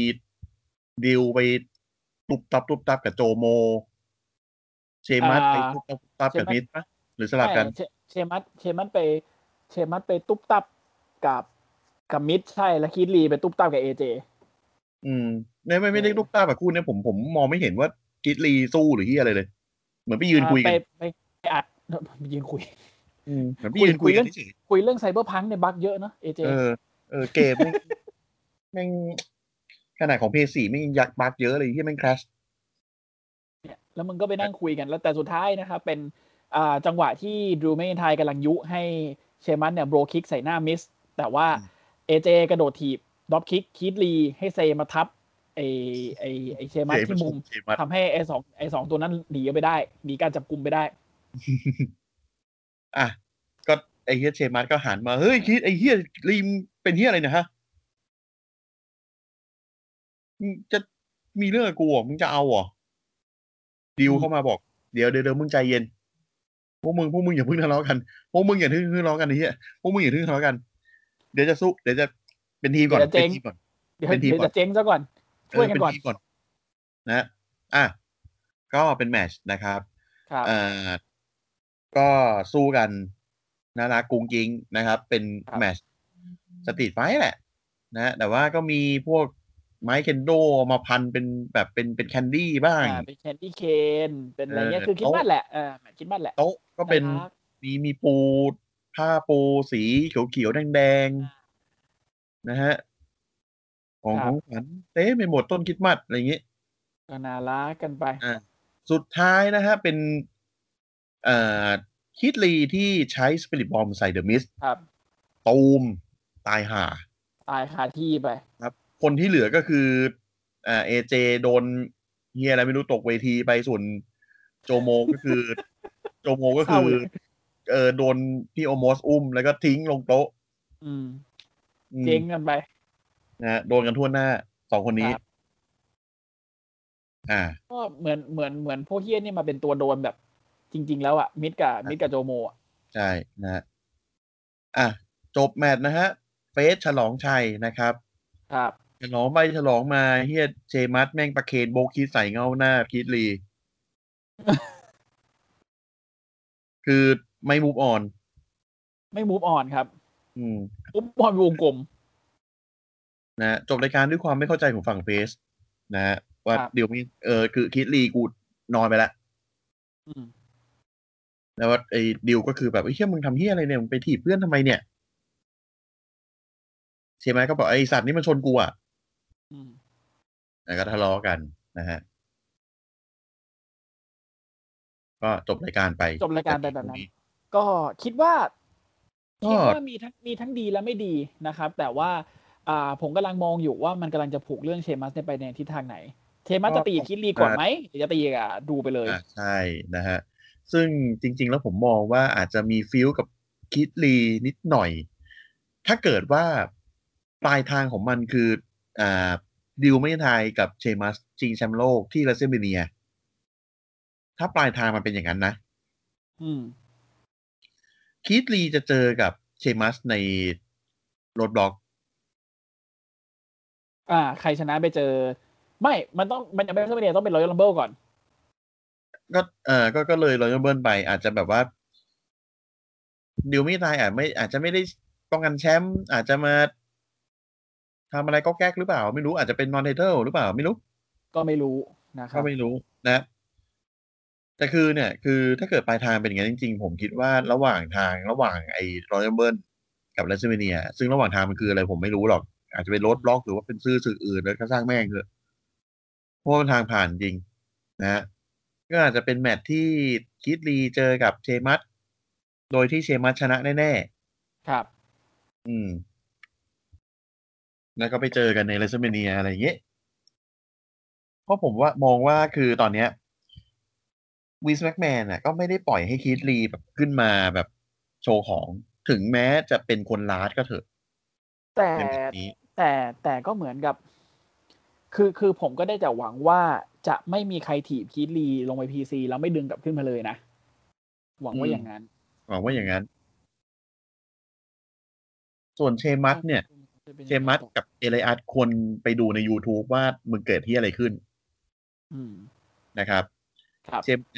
Speaker 2: ดิวไปตุบตับตุบตับกับโจโม เชมัสไปตุบตับตุบตับกับนิดปะหรือสลับกัน
Speaker 3: ใช่เชเชมัสเชมัสไป เชมัสไปตุ๊บตับกับกับมิดใช่แล้วคิดลีไปตุ๊บตับกับเอเจ
Speaker 2: อืมไม่ไม่ไม่ได้
Speaker 3: เออ
Speaker 2: ลูกตาแบบคู่เนี่ยผมผมมองไม่เห็นว่ากิตลีสู้หรือที่อะไรเลย เหมือนไปยืนคุยกัน
Speaker 3: ไปไปไปอัด ไปยืนคุย
Speaker 2: อืมเหมือนไปยืนคุยกัน
Speaker 3: คุยกัน
Speaker 2: เฉย
Speaker 3: คุยเรื่องไซเบอร์พังในยบั๊กเยอะเนอะเอเจ
Speaker 2: ๆเออ เออเกมแม่ง แม่งขนาดของเพย์สี่ไม่งยักบักเยอะเลยที่แม่งคราช
Speaker 3: เนี่ยแล้วมึงก็ไปนั่งคุยกันแล้วแต่สุดท้ายนะครับเป็นอ่าจังหวะที่ดรูเมนไทยกำลังยุให้เชมันเนี่ยโบรคิกใส่หน้ามิส แต่ว่าเอเจกระโดดถีบดรอปคิกคีดลีให้เซมาทับไอไอไอเชมัสที่มุม
Speaker 2: เชมัส
Speaker 3: ทำให้ไอสองไอสองตัวนั้นหนีออกไปได้หนีการจับกลุ่มไปได้
Speaker 2: อ่ะก็ไอ้เฮียเชมัสก็หันมาเฮ้ยคิดไอ้เฮียลีมเป็นเฮียอะไรเนะฮะมึงจะมีเรื่องกับกูเหรอมึงจะเอาเหรอดิวเข้ามาบอกเดี๋ยวเดี๋ยวเดี๋ยวมึงใจเย็น พวกมึงพวกมึงอย่าเพิ่งทะเลาะกัน พวกมึงอย่าเพิ่งทะเลาะกันไอ้เหี้ยพวกมึงอย่าเพิ่งทะเลาะกัน เดี๋ยวจะสู้เดี๋ยวจะเป็นทีมก่อน
Speaker 3: เดี๋ยวจะเจ๊
Speaker 2: เป็นทีม
Speaker 3: ง
Speaker 2: ก่อน
Speaker 3: เดี๋ยว
Speaker 2: เป็นทีม
Speaker 3: เดี๋ยว
Speaker 2: ก่อน
Speaker 3: จะเจ๊งซะก่อน
Speaker 2: เอ
Speaker 3: ช่วย
Speaker 2: อ
Speaker 3: กัน
Speaker 2: เป็น
Speaker 3: ก่อน
Speaker 2: ทีมก่อน นะอ่ะก็เป็นแมตชนะครับ
Speaker 3: ครับ
Speaker 2: อ่าก็สู้กันนารักกุ้งกิ้งนะครับ เป็น
Speaker 3: ครับ
Speaker 2: แมตชสตรีทไฟท์แหละ นะฮะแต่ว่าก็มีพวกไม้เคนโดมาพันเป็นแบบเป็นเป็นแคนดี้บ้าง
Speaker 3: อ่าเป็นแคนดี้เคนเป็นอะไรเงี้ย
Speaker 2: เออ
Speaker 3: คือคิด
Speaker 2: โต๊ะ
Speaker 3: บ้านแหละเอ่าคิดบ้านแหละ
Speaker 2: โต๊ะก็เป็น
Speaker 3: น่ารัก
Speaker 2: มีมีปูผ้าปูสีเขียวเขียวแดงแดงๆนะฮะ ของ
Speaker 3: ค
Speaker 2: ข
Speaker 3: รับ
Speaker 2: องขวัญเต้ไปหมดต้นคริดมัดอะไรอย่างงี้
Speaker 3: ก็น่ารักกันไป
Speaker 2: สุดท้ายนะฮะ เป็นเอ่อคิดลีที่ใช้สปิริตบอมใส่เดอะมิส
Speaker 3: ครับ
Speaker 2: ตูมตายห่า
Speaker 3: ตายคาที่ไป
Speaker 2: คนที่เหลือก็คืออ่าเอเจโดนเฮียอะไรไม่รู้ตกเวทีไปส่วนโจโมก็คือ โจโมก็คือ
Speaker 3: เศร้าเลย
Speaker 2: เออโดนพี่โอโมสอุ้ม แล้วก็ทิ้งลงโต๊ะ
Speaker 3: อืม
Speaker 2: อืม
Speaker 3: เจ๊งกันไป
Speaker 2: นะฮะโดนกันทั่วหน้าสองคนนี้
Speaker 3: ครับ
Speaker 2: อ่า
Speaker 3: ก็เหมือนเหมือนเหมือนพวกเฮี้ยนี่มาเป็นตัวโดนแบบจริง ๆ แล้วอ่ะมิดกับมิดกับโจโมอะ
Speaker 2: ใช่นะฮะอ่ะ จบแมตช์นะฮะ เฟสฉลองชัยนะครับ
Speaker 3: ครับ
Speaker 2: ฉลองไปฉลองมาเฮียเจมัสแม่งประเคนโบกคิดใส่เงาหน้าคิด ลี คือไม่มูฟออน
Speaker 3: ไม่มูฟออนครับ
Speaker 2: อืม
Speaker 3: มูฟออนวงกลม
Speaker 2: นะจบรายการด้วยความไม่เข้าใจของฝั่งเฟสนะฮะว่า
Speaker 3: ครับ
Speaker 2: เดี๋ยวมีเออคือคิดลีกูนอนไปละ
Speaker 3: อืม
Speaker 2: แล้วว่าไอ้ดิวก็คือแบบไอ้ยเฮียมึงทำเฮียอะไรเนี่ยมึงไปถีบเพื่อนทำไมเนี่ยเชมัสก็บอกไอ้สัตว์นี่มันชนกูอ่ะ
Speaker 3: อืม
Speaker 2: แล้วก็ทะเลาะกันนะฮะ ก็จบรายการไป
Speaker 3: จบรายการไปแบบนั้น ก็คิดว่า
Speaker 2: ก็
Speaker 3: คิดว่ามีทั้งมีทั้งดีและไม่ดีนะครับ แต่ว่าอ่าผมกำลังมองอยู่ว่ามันกำลังจะผูกเรื่องเชมัสเนี่ยไปในทิศทางไหน เชมัสจะตีคิดลีก่อนไหมหรือจะตีอ่ะดูไปเลย
Speaker 2: อ่ะใช่นะฮะ ซึ่งจริง ๆ แล้วผมมองว่าอาจจะมีฟิลกับคิดลีนิดหน่อย ถ้าเกิดว่าปลายทางของมันคืออ่าดิวไม่ทายกับเชมัสชิงแชมป์โลกที่รัสเซียเมเนีย ถ้าปลายทางมันเป็นอย่างนั้นนะ
Speaker 3: อืม
Speaker 2: คิดลีจะเจอกับเชมัสในโรดบล็อก
Speaker 3: อ่า ใครชนะไปเจอ ไม่มันต้องมันยังไม่ใช่ประเด็นต้องเป็นรอยัลลัมเบิลก่อน
Speaker 2: ก็เออก็ก็เลยรอยัลเบิร์นไปอาจจะแบบว่าดิวไม่ตายอาจไม่อาจจะไม่ได้ป้องกันแชมป์อาจจะมาทำอะไรก็แก๊กหรือเปล่า ไม่รู้อาจจะเป็นนอนเทเทลหรือเปล่า ไม่รู้
Speaker 3: ก็ไม่รู้ นะครั
Speaker 2: ก็
Speaker 3: บ
Speaker 2: ไม่รู้นะ แต่คือเนี่ย คือถ้าเกิดปลายทางเป็นอย่างนั้นจริงๆ ผมคิดว่าระหว่างทางระหว่างไอ้รอยเบิร์นกับเลสเมเนีย ซึ่งระหว่างทางมันคืออะไรผมไม่รู้หรอก อาจจะเป็นรถบล็อกหรือว่าเป็นซื่อสื่ออื่นแล้วก็สร้างแม่งเถอะเพราะว่ามันทางผ่านจริง นะฮะก็อาจจะเป็นแมตช์ที่คิดลีเจอกับเชมัสโดยที่เชมัสชนะแน่
Speaker 3: ครับ
Speaker 2: ๆอืม แล้วก็ไปเจอกันในเลสเมเนียอะไรอย่างเงี้ยเพราะผมว่ามองว่าคือตอนเนี้ยวิสแม็กแมนน่ะก็ไม่ได้ปล่อยให้คิดลีแบบขึ้นมาแบบโชว์ของถึงแม้จะเป็นคนลาดก็เถอะ
Speaker 3: แต่
Speaker 2: ในแมตช์นี้
Speaker 3: แต่แต่ก็เหมือนกับ คือคือผมก็ได้แต่หวังว่าจะไม่มีใครถีบคีดลีลงไปพีซีแล้วไม่ดึงกลับขึ้นมาเลยนะ หวังว่า
Speaker 2: อืม
Speaker 3: อย่างนั้น
Speaker 2: หวังว่าอย่างนั้น ส่วนเชมัสเนี่ย
Speaker 3: จะป็น
Speaker 2: เจมัส
Speaker 3: ยังไงต่อ
Speaker 2: กับเอเลอาร์ควรไปดูใน YouTube ว่ามึงเกิดที่อะไรขึ้น
Speaker 3: อืม
Speaker 2: นะครับ
Speaker 3: ครับ
Speaker 2: เจมไอ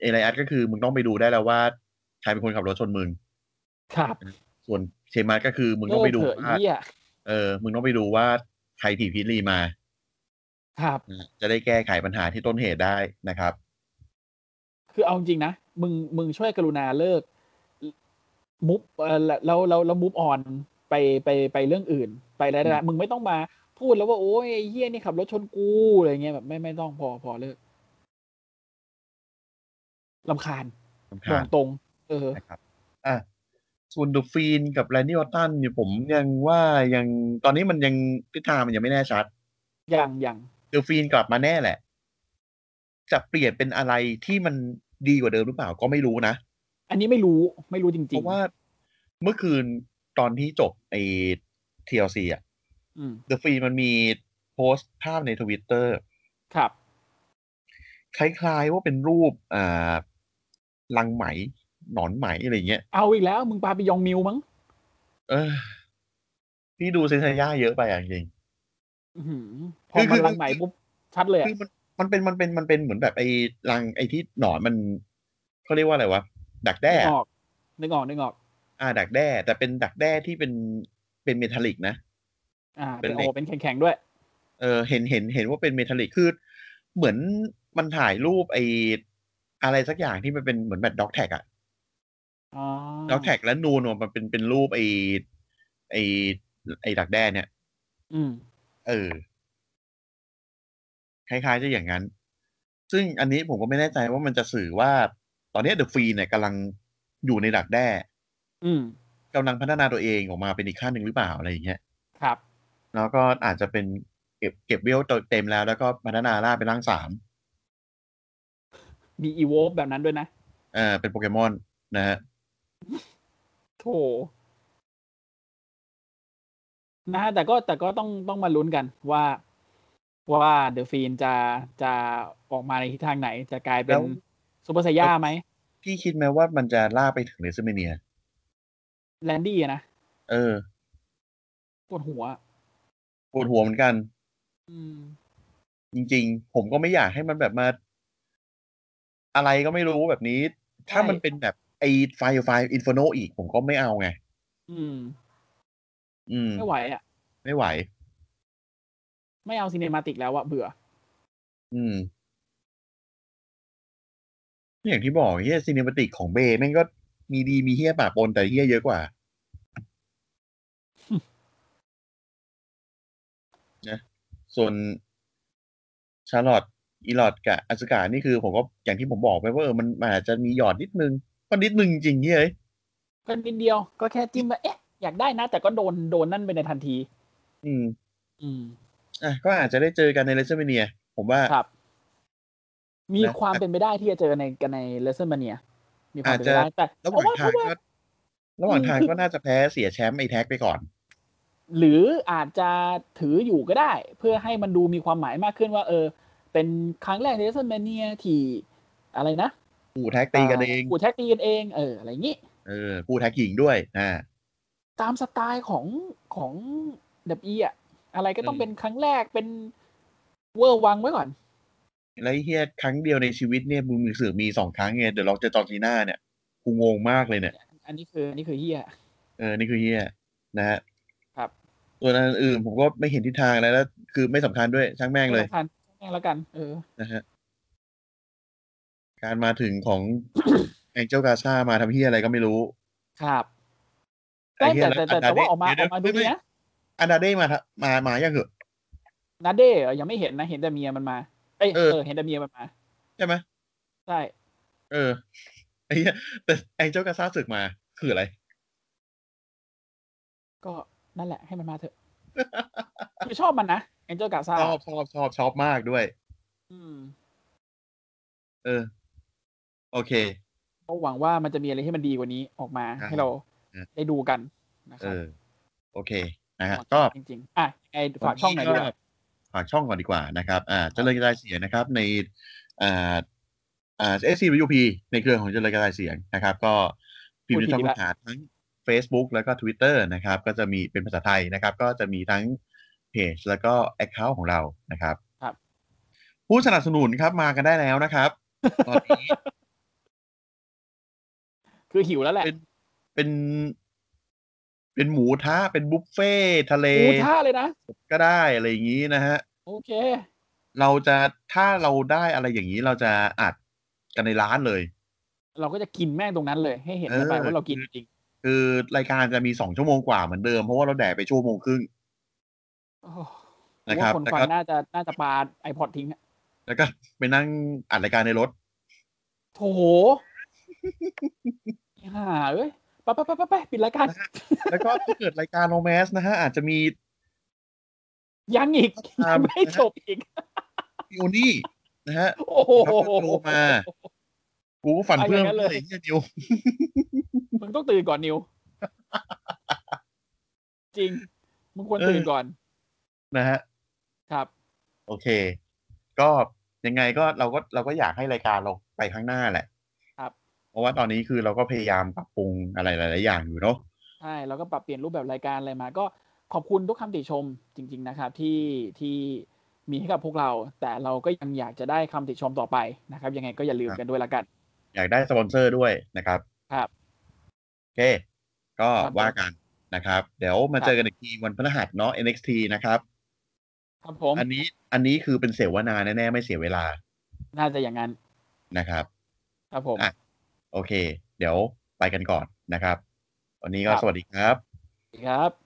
Speaker 2: เอเลอาร์ก็คือมึงต้องไปดูได้แล้วว่าใครเป็นคนขับรถชนมึง
Speaker 3: ครับ
Speaker 2: ส่วนเจมัสก็คือมึง
Speaker 3: เลิ
Speaker 2: ต้อง
Speaker 3: ก
Speaker 2: ไปดู
Speaker 3: เถอะ
Speaker 2: ว่า
Speaker 3: เหี้ย
Speaker 2: เออมึงต้องไปดูว่าใครถีบพีทลีมา
Speaker 3: ครับ
Speaker 2: นะจะได้แก้ไขปัญหาที่ต้นเหตุได้นะครับ
Speaker 3: คือเอาจริงๆนะ มึงมึงช่วยกรุณาเลิกมุฟเอ่อแล้วแล้วแล้วมุฟออนไปไปไปเรื่องอื่น ไปแล้วนะมึงไม่ต้องมาพูดแล้วว่าโอ้ยไอ้เฮี้ยนี่ขับรถชนกูอะไรเงี้ยแบบไม่ไม่ต้องพอพอเลิกลำคาญบ
Speaker 2: คา
Speaker 3: อก
Speaker 2: ญ
Speaker 3: ตรง เออ
Speaker 2: นะครับ อ่ะส่วนดูฟีนกับแรนดี้ออตตันเนี่ยผมยังว่ายังตอนนี้มันยังทิศทางมันยังไม่แน่ชัด
Speaker 3: อย่างอย่าง
Speaker 2: เดลฟีนกลับมาแน่แหละ จะเปลี่ยนเป็นอะไรที่มันดีกว่าเดิมหรือเปล่าก็ไม่รู้นะ
Speaker 3: อันนี้ไม่รู้ไม่รู้จ
Speaker 2: เพ
Speaker 3: ริง
Speaker 2: ราะว่าเมื่อคืนตอนที่จบไอ้ TLC อ่ะ
Speaker 3: ๆอืม
Speaker 2: เดลฟีนมันมีโพสต์ภาพในทวิตเตอร์
Speaker 3: ครับ
Speaker 2: คล้ายๆว่าเป็นรูปอ่าลังไหม หนอนไหมอะไรเงี้ย
Speaker 3: เอาอีกแล้ว มึงปาไปยองมิวมั้ง
Speaker 2: เออ ที่ดูเซนซาย่าเยอะไปอ่ะจริง
Speaker 3: อื้อหือพอมันลังไหนปุ๊บชัดเลยอะ
Speaker 2: คือมันมันเป็นมันเป็นมันเป็นเหมือนแบบไอ้ลังไอ้ที่หนอนมันเขาเรียกว่าอะไรวะ ดักแด้
Speaker 3: นึก
Speaker 2: อะ
Speaker 3: ออกนึกออกนึกออก
Speaker 2: อ่าดักแด้ แต่เป็นดักแด้ที่เป็นเป็นเมทัลลิกนะ
Speaker 3: อ่า
Speaker 2: เป็
Speaker 3: เป็น น
Speaker 2: เหล็
Speaker 3: โอก เป็นแข็งๆด้วย
Speaker 2: เออเห็นเห็นเห็นว่าเป็นเมทัลลิกคือเหมือนมันถ่ายรูปไออะไรสักอย่างที่มันเป็นเหมือนแบบด็อกแท็กอะ
Speaker 3: อ๋อ
Speaker 2: ด็อกแท็กแล้วนูนออกมันเป็นเป็นรูปไอไอไอดักแด้เนี่ย
Speaker 3: อืม
Speaker 2: เออ คล้ายๆจะอย่างนั้น ซึ่งอันนี้ผมก็ไม่แน่ใจว่ามันจะสื่อว่า ตอนเนี้เดอะฟรีเนี่ยกำลังอยู่ในดักแด้
Speaker 3: อืม
Speaker 2: กำลังพัฒนาตัวเองออกมาเป็นอีกขั้นหนึ่งหรือเปล่าอะไรอย่างเงี้ย
Speaker 3: ครับ
Speaker 2: แล้วก็อาจจะเป็นเก็บเก็บเวลเต็มแล้วแล้วก็พัฒนาล่าเป็นร่างสาม
Speaker 3: มีอีโวฟแบบนั้นด้วยนะ
Speaker 2: เออเป็นโปเกมอนนะฮะ
Speaker 3: โถนะฮะแต่ก็แต่ก็ต้องต้องมาลุ้นกันว่า ว่าเดอะฟีนจะจะออกมาในทิศทางไหน จะกลายเป็นซูเปอร์ไซย่าไหม
Speaker 2: พี่คิดไหมว่ามันจะล่าไปถึงเนสเมเนีย
Speaker 3: แลนดี้อะนะ
Speaker 2: เออ
Speaker 3: ปวดหัว
Speaker 2: ปวดหัวเหมือนกัน
Speaker 3: อืม
Speaker 2: จริง ๆ ผมก็ไม่อยากให้มันแบบมา อะไรก็ไม่รู้แบบนี้ ถ้ามันเป็นแบบไอ้ไฟไฟอินฟโนอีก ผมก็ไม่เอาไง
Speaker 3: อืม
Speaker 2: อืม
Speaker 3: ไม่ไหวอ่ะ
Speaker 2: ไม่ไหว
Speaker 3: ไม่เอาซีเนมาติกแล้วอะเบื่อ
Speaker 2: อืมนี่อย่างที่บอกเฮียซีเนมาติกของเบย์แม่งก็มีดีมีเฮียป่าปนแต่เฮียเย อะกว่า นะ ส่วนชาร์ลอตอีลอตกับอสุกานี่คือผมก็อย่างที่ผมบอกไปว่าเออมันมันอาจจะมีหยอดนิดนึงก็นิดนึงจริงเฮียเอ้ย
Speaker 3: ก็นิดเดียว ก็แค่จิ้มว่าเอ๊ะ อยากได้นะ แต่ก็โดนโดนนั่นไปในทันที
Speaker 2: อืม
Speaker 3: อืม
Speaker 2: อ่ะก็อาจจะได้เจอกันในเลเซอร์เมเนีย ผมว่า
Speaker 3: ครับ มี
Speaker 2: นะ
Speaker 3: ความเป็นไปได้ที่จะเจอในกันในเลเซอร์มาเนีย มีความเป็นไป
Speaker 2: อาจ
Speaker 3: ได้
Speaker 2: จะ
Speaker 3: แต่
Speaker 2: ระห
Speaker 3: เพ
Speaker 2: ว่าง
Speaker 3: ราะว่า
Speaker 2: ทาง
Speaker 3: เพ
Speaker 2: ก็ระ
Speaker 3: ราะว่า
Speaker 2: หว่างทาง
Speaker 3: อืม
Speaker 2: ก็น่าจะแพ้เสียแชมป์ไอแท็กไปก่อน
Speaker 3: หรืออาจจะถืออยู่ก็ได้ เพื่อให้มันดูมีความหมายมากขึ้นว่า เออ เป็นครั้งแรกในเลเซอร์มาเนียที่อะไรนะ
Speaker 2: อูแท็กตีกันเอง
Speaker 3: กูแท็กตีกันเองเอออะไรอย่างงี้
Speaker 2: เออผู้แท็กหญิงด้วยอ่า
Speaker 3: ตามสไตล์ของของดับอีอะอะไรก็ต้อง
Speaker 2: อืม
Speaker 3: เป็นครั้งแรกเป็นเวอร์วังไว้ก่อน
Speaker 2: แล้วไอ้เฮียครั้งเดียวในชีวิตเนี่ยมึงมีสื่อมีสองครั้งไงเดี๋ยวเราจะจอร์จีน่าเนี่ยกูงงมากเลยเนี่ย
Speaker 3: อันนี้คืออันนี้คือเฮีย
Speaker 2: เออนี่คือเฮียนะฮะ
Speaker 3: ครับ
Speaker 2: ส่วนอันอื่นผมก็ไม่เห็นทิศทางอะไรแล้ว คือไม่สำคัญด้วยช่างแม่งเลย
Speaker 3: ไม่สำคัญ แม่งแล้วกัน เออ
Speaker 2: นะฮะการมาถึงของ แองเจลกาซามาทำเฮียอะไรก็ไม่รู้
Speaker 3: ครับแต่
Speaker 2: ไอ้เหี้ย
Speaker 3: แต่แต่แต่
Speaker 2: ล้
Speaker 3: แต่ว่าออกมา
Speaker 2: เดี๋
Speaker 3: อย อกมาดู
Speaker 2: ไม่ไม่
Speaker 3: ดีนะ
Speaker 2: อันดาเด้มาทะมามายังเหรอ
Speaker 3: นาเด้เหรอยังไม่เห็นนะ เห็นแต่เมียมันมา เอ้ย
Speaker 2: เออ
Speaker 3: เออเห็นแต่เมียมันมา
Speaker 2: ใช่ไหม
Speaker 3: ใช่
Speaker 2: เออไอ้เหี้ยแต่แองเจลกาซาศึกมา คืออะไร
Speaker 3: ก็นั่นแหละให้มันมาเถ อะคือชอบมันนะแองเจลกาซา
Speaker 2: ชอบชอบชอบชอบมากด้วย
Speaker 3: อืม
Speaker 2: เออ โอเค
Speaker 3: ก็หวังว่ามันจะมีอะไรที่มันดีกว่านี้ออกมา
Speaker 2: ครับ
Speaker 3: ให้เรา
Speaker 2: ครับ
Speaker 3: ได้ดูกันนะค
Speaker 2: เอ
Speaker 3: รับ
Speaker 2: อ โอเคนะฮะ
Speaker 3: หวัง
Speaker 2: ก็
Speaker 3: จริงๆอ่ะไอฝากช่องหน่อยดีกว่า
Speaker 2: ฝากช่องก่อนดีกว่านะครับ อ่าเจริญกระจายเสียงนะครับ ในอ่าอ่าเอสซีวีพีในเครือของเจริญกระจายเสียงนะครับ ก็พิมพ์ในช่อง
Speaker 3: พูดผิดอีก
Speaker 2: ค้
Speaker 3: ละ
Speaker 2: นหาทั้ง Facebook แล้วก็ Twitter นะครับ ก็จะมีเป็นภาษาไทยนะครับ ก็จะมีทั้งเพจแล้วก็ Account ของเรานะครับ
Speaker 3: ครับ
Speaker 2: ผู้สนับสนุนครับมากันได้แล้วนะครับตอนนี้
Speaker 3: คือหิวแล้วแหละ
Speaker 2: เป็นเป็น เป็นหมูทะเป็นบุฟเฟ่ต์ทะเล
Speaker 3: อูท่าเลยนะ
Speaker 2: ก็ได้อะไรอย่างนี้นะฮะ
Speaker 3: โอเค
Speaker 2: เราจะถ้าเราได้อะไรอย่างนี้เราจะอัดกันในร้านเลย
Speaker 3: เราก็จะกินแม่งตรงนั้นเลย ให้เห็น
Speaker 2: เออ
Speaker 3: กันไปว่าเรากินจริง
Speaker 2: คือรายการจะมีสองชั่วโมงกว่าเหมือนเดิมเพราะว่าเราแดกไปชั่วโมงครึ่ง
Speaker 3: ๆโอ้โห
Speaker 2: นะครั
Speaker 3: ว่า
Speaker 2: บ
Speaker 3: คน
Speaker 2: แล้ว
Speaker 3: ฟัง
Speaker 2: ก็
Speaker 3: น่าจะน่าจะปาไอพอดทิ้งอะ
Speaker 2: แล้วก็ไปนั่งอัดรายการในรถ
Speaker 3: โถฮ่าเอ้ยไปไปไปไปไปปิดรายการ
Speaker 2: แล้วก็ถ้าเกิดรายการโรแมสนะฮะอาจจะมี
Speaker 3: ยังอีก
Speaker 2: ตาม
Speaker 3: ไม่จบอีก
Speaker 2: พิโอนี่นะฮะ
Speaker 3: โอ้โห
Speaker 2: โทรมา กูก็ฝัน
Speaker 3: เอา
Speaker 2: เพื่อน
Speaker 3: อย่างนั้นเลย
Speaker 2: เลยเนี่ยเดียว
Speaker 3: มึงต้องตื่นก่อนนิว จริง มึงควรตื่นก่อน
Speaker 2: นะฮะ
Speaker 3: ครับ
Speaker 2: โอเค ก็ยังไงก็เราก็เราก็อยากให้รายการเราไปข้างหน้าแหละ
Speaker 3: ครับ
Speaker 2: เพราะว่าตอนนี้คือเราก็พยายามปรับปรุงอะไรหลาย ๆ อย่างอยู่เนาะ
Speaker 3: ใช่แล้วก็ปรับเปลี่ยนรูปแบบรายการอะไรมา ก็ขอบคุณทุกคำติชมจริง ๆ นะครับ ที่ที่มีให้กับพวกเรา แต่เราก็ยังอยากจะได้คำติชมต่อไปนะครับ ยังไงก็อย่าลืมกันด้วยละกัน
Speaker 2: อยากได้สปอนเซอร์ด้วยนะครับ
Speaker 3: ครับ
Speaker 2: โอเค ก็
Speaker 3: ครับ
Speaker 2: ว่ากันนะครับ เดี๋ยวมา
Speaker 3: ครับ
Speaker 2: เจอกันอีกทีวันพฤหัสเนาะ NXT นะครับ
Speaker 3: ครับผม
Speaker 2: อันนี้อันนี้คือเป็นเสวนาแน่ๆ ไม่เสียเวลา
Speaker 3: น่าจะอย่างนั้น
Speaker 2: นะครับ
Speaker 3: ครับผม
Speaker 2: อ่ะ โอเค เดี๋ยวไปกันก่อนนะครับ วันนี้ก็
Speaker 3: ครับ
Speaker 2: สวัสดีครับ
Speaker 3: ครับ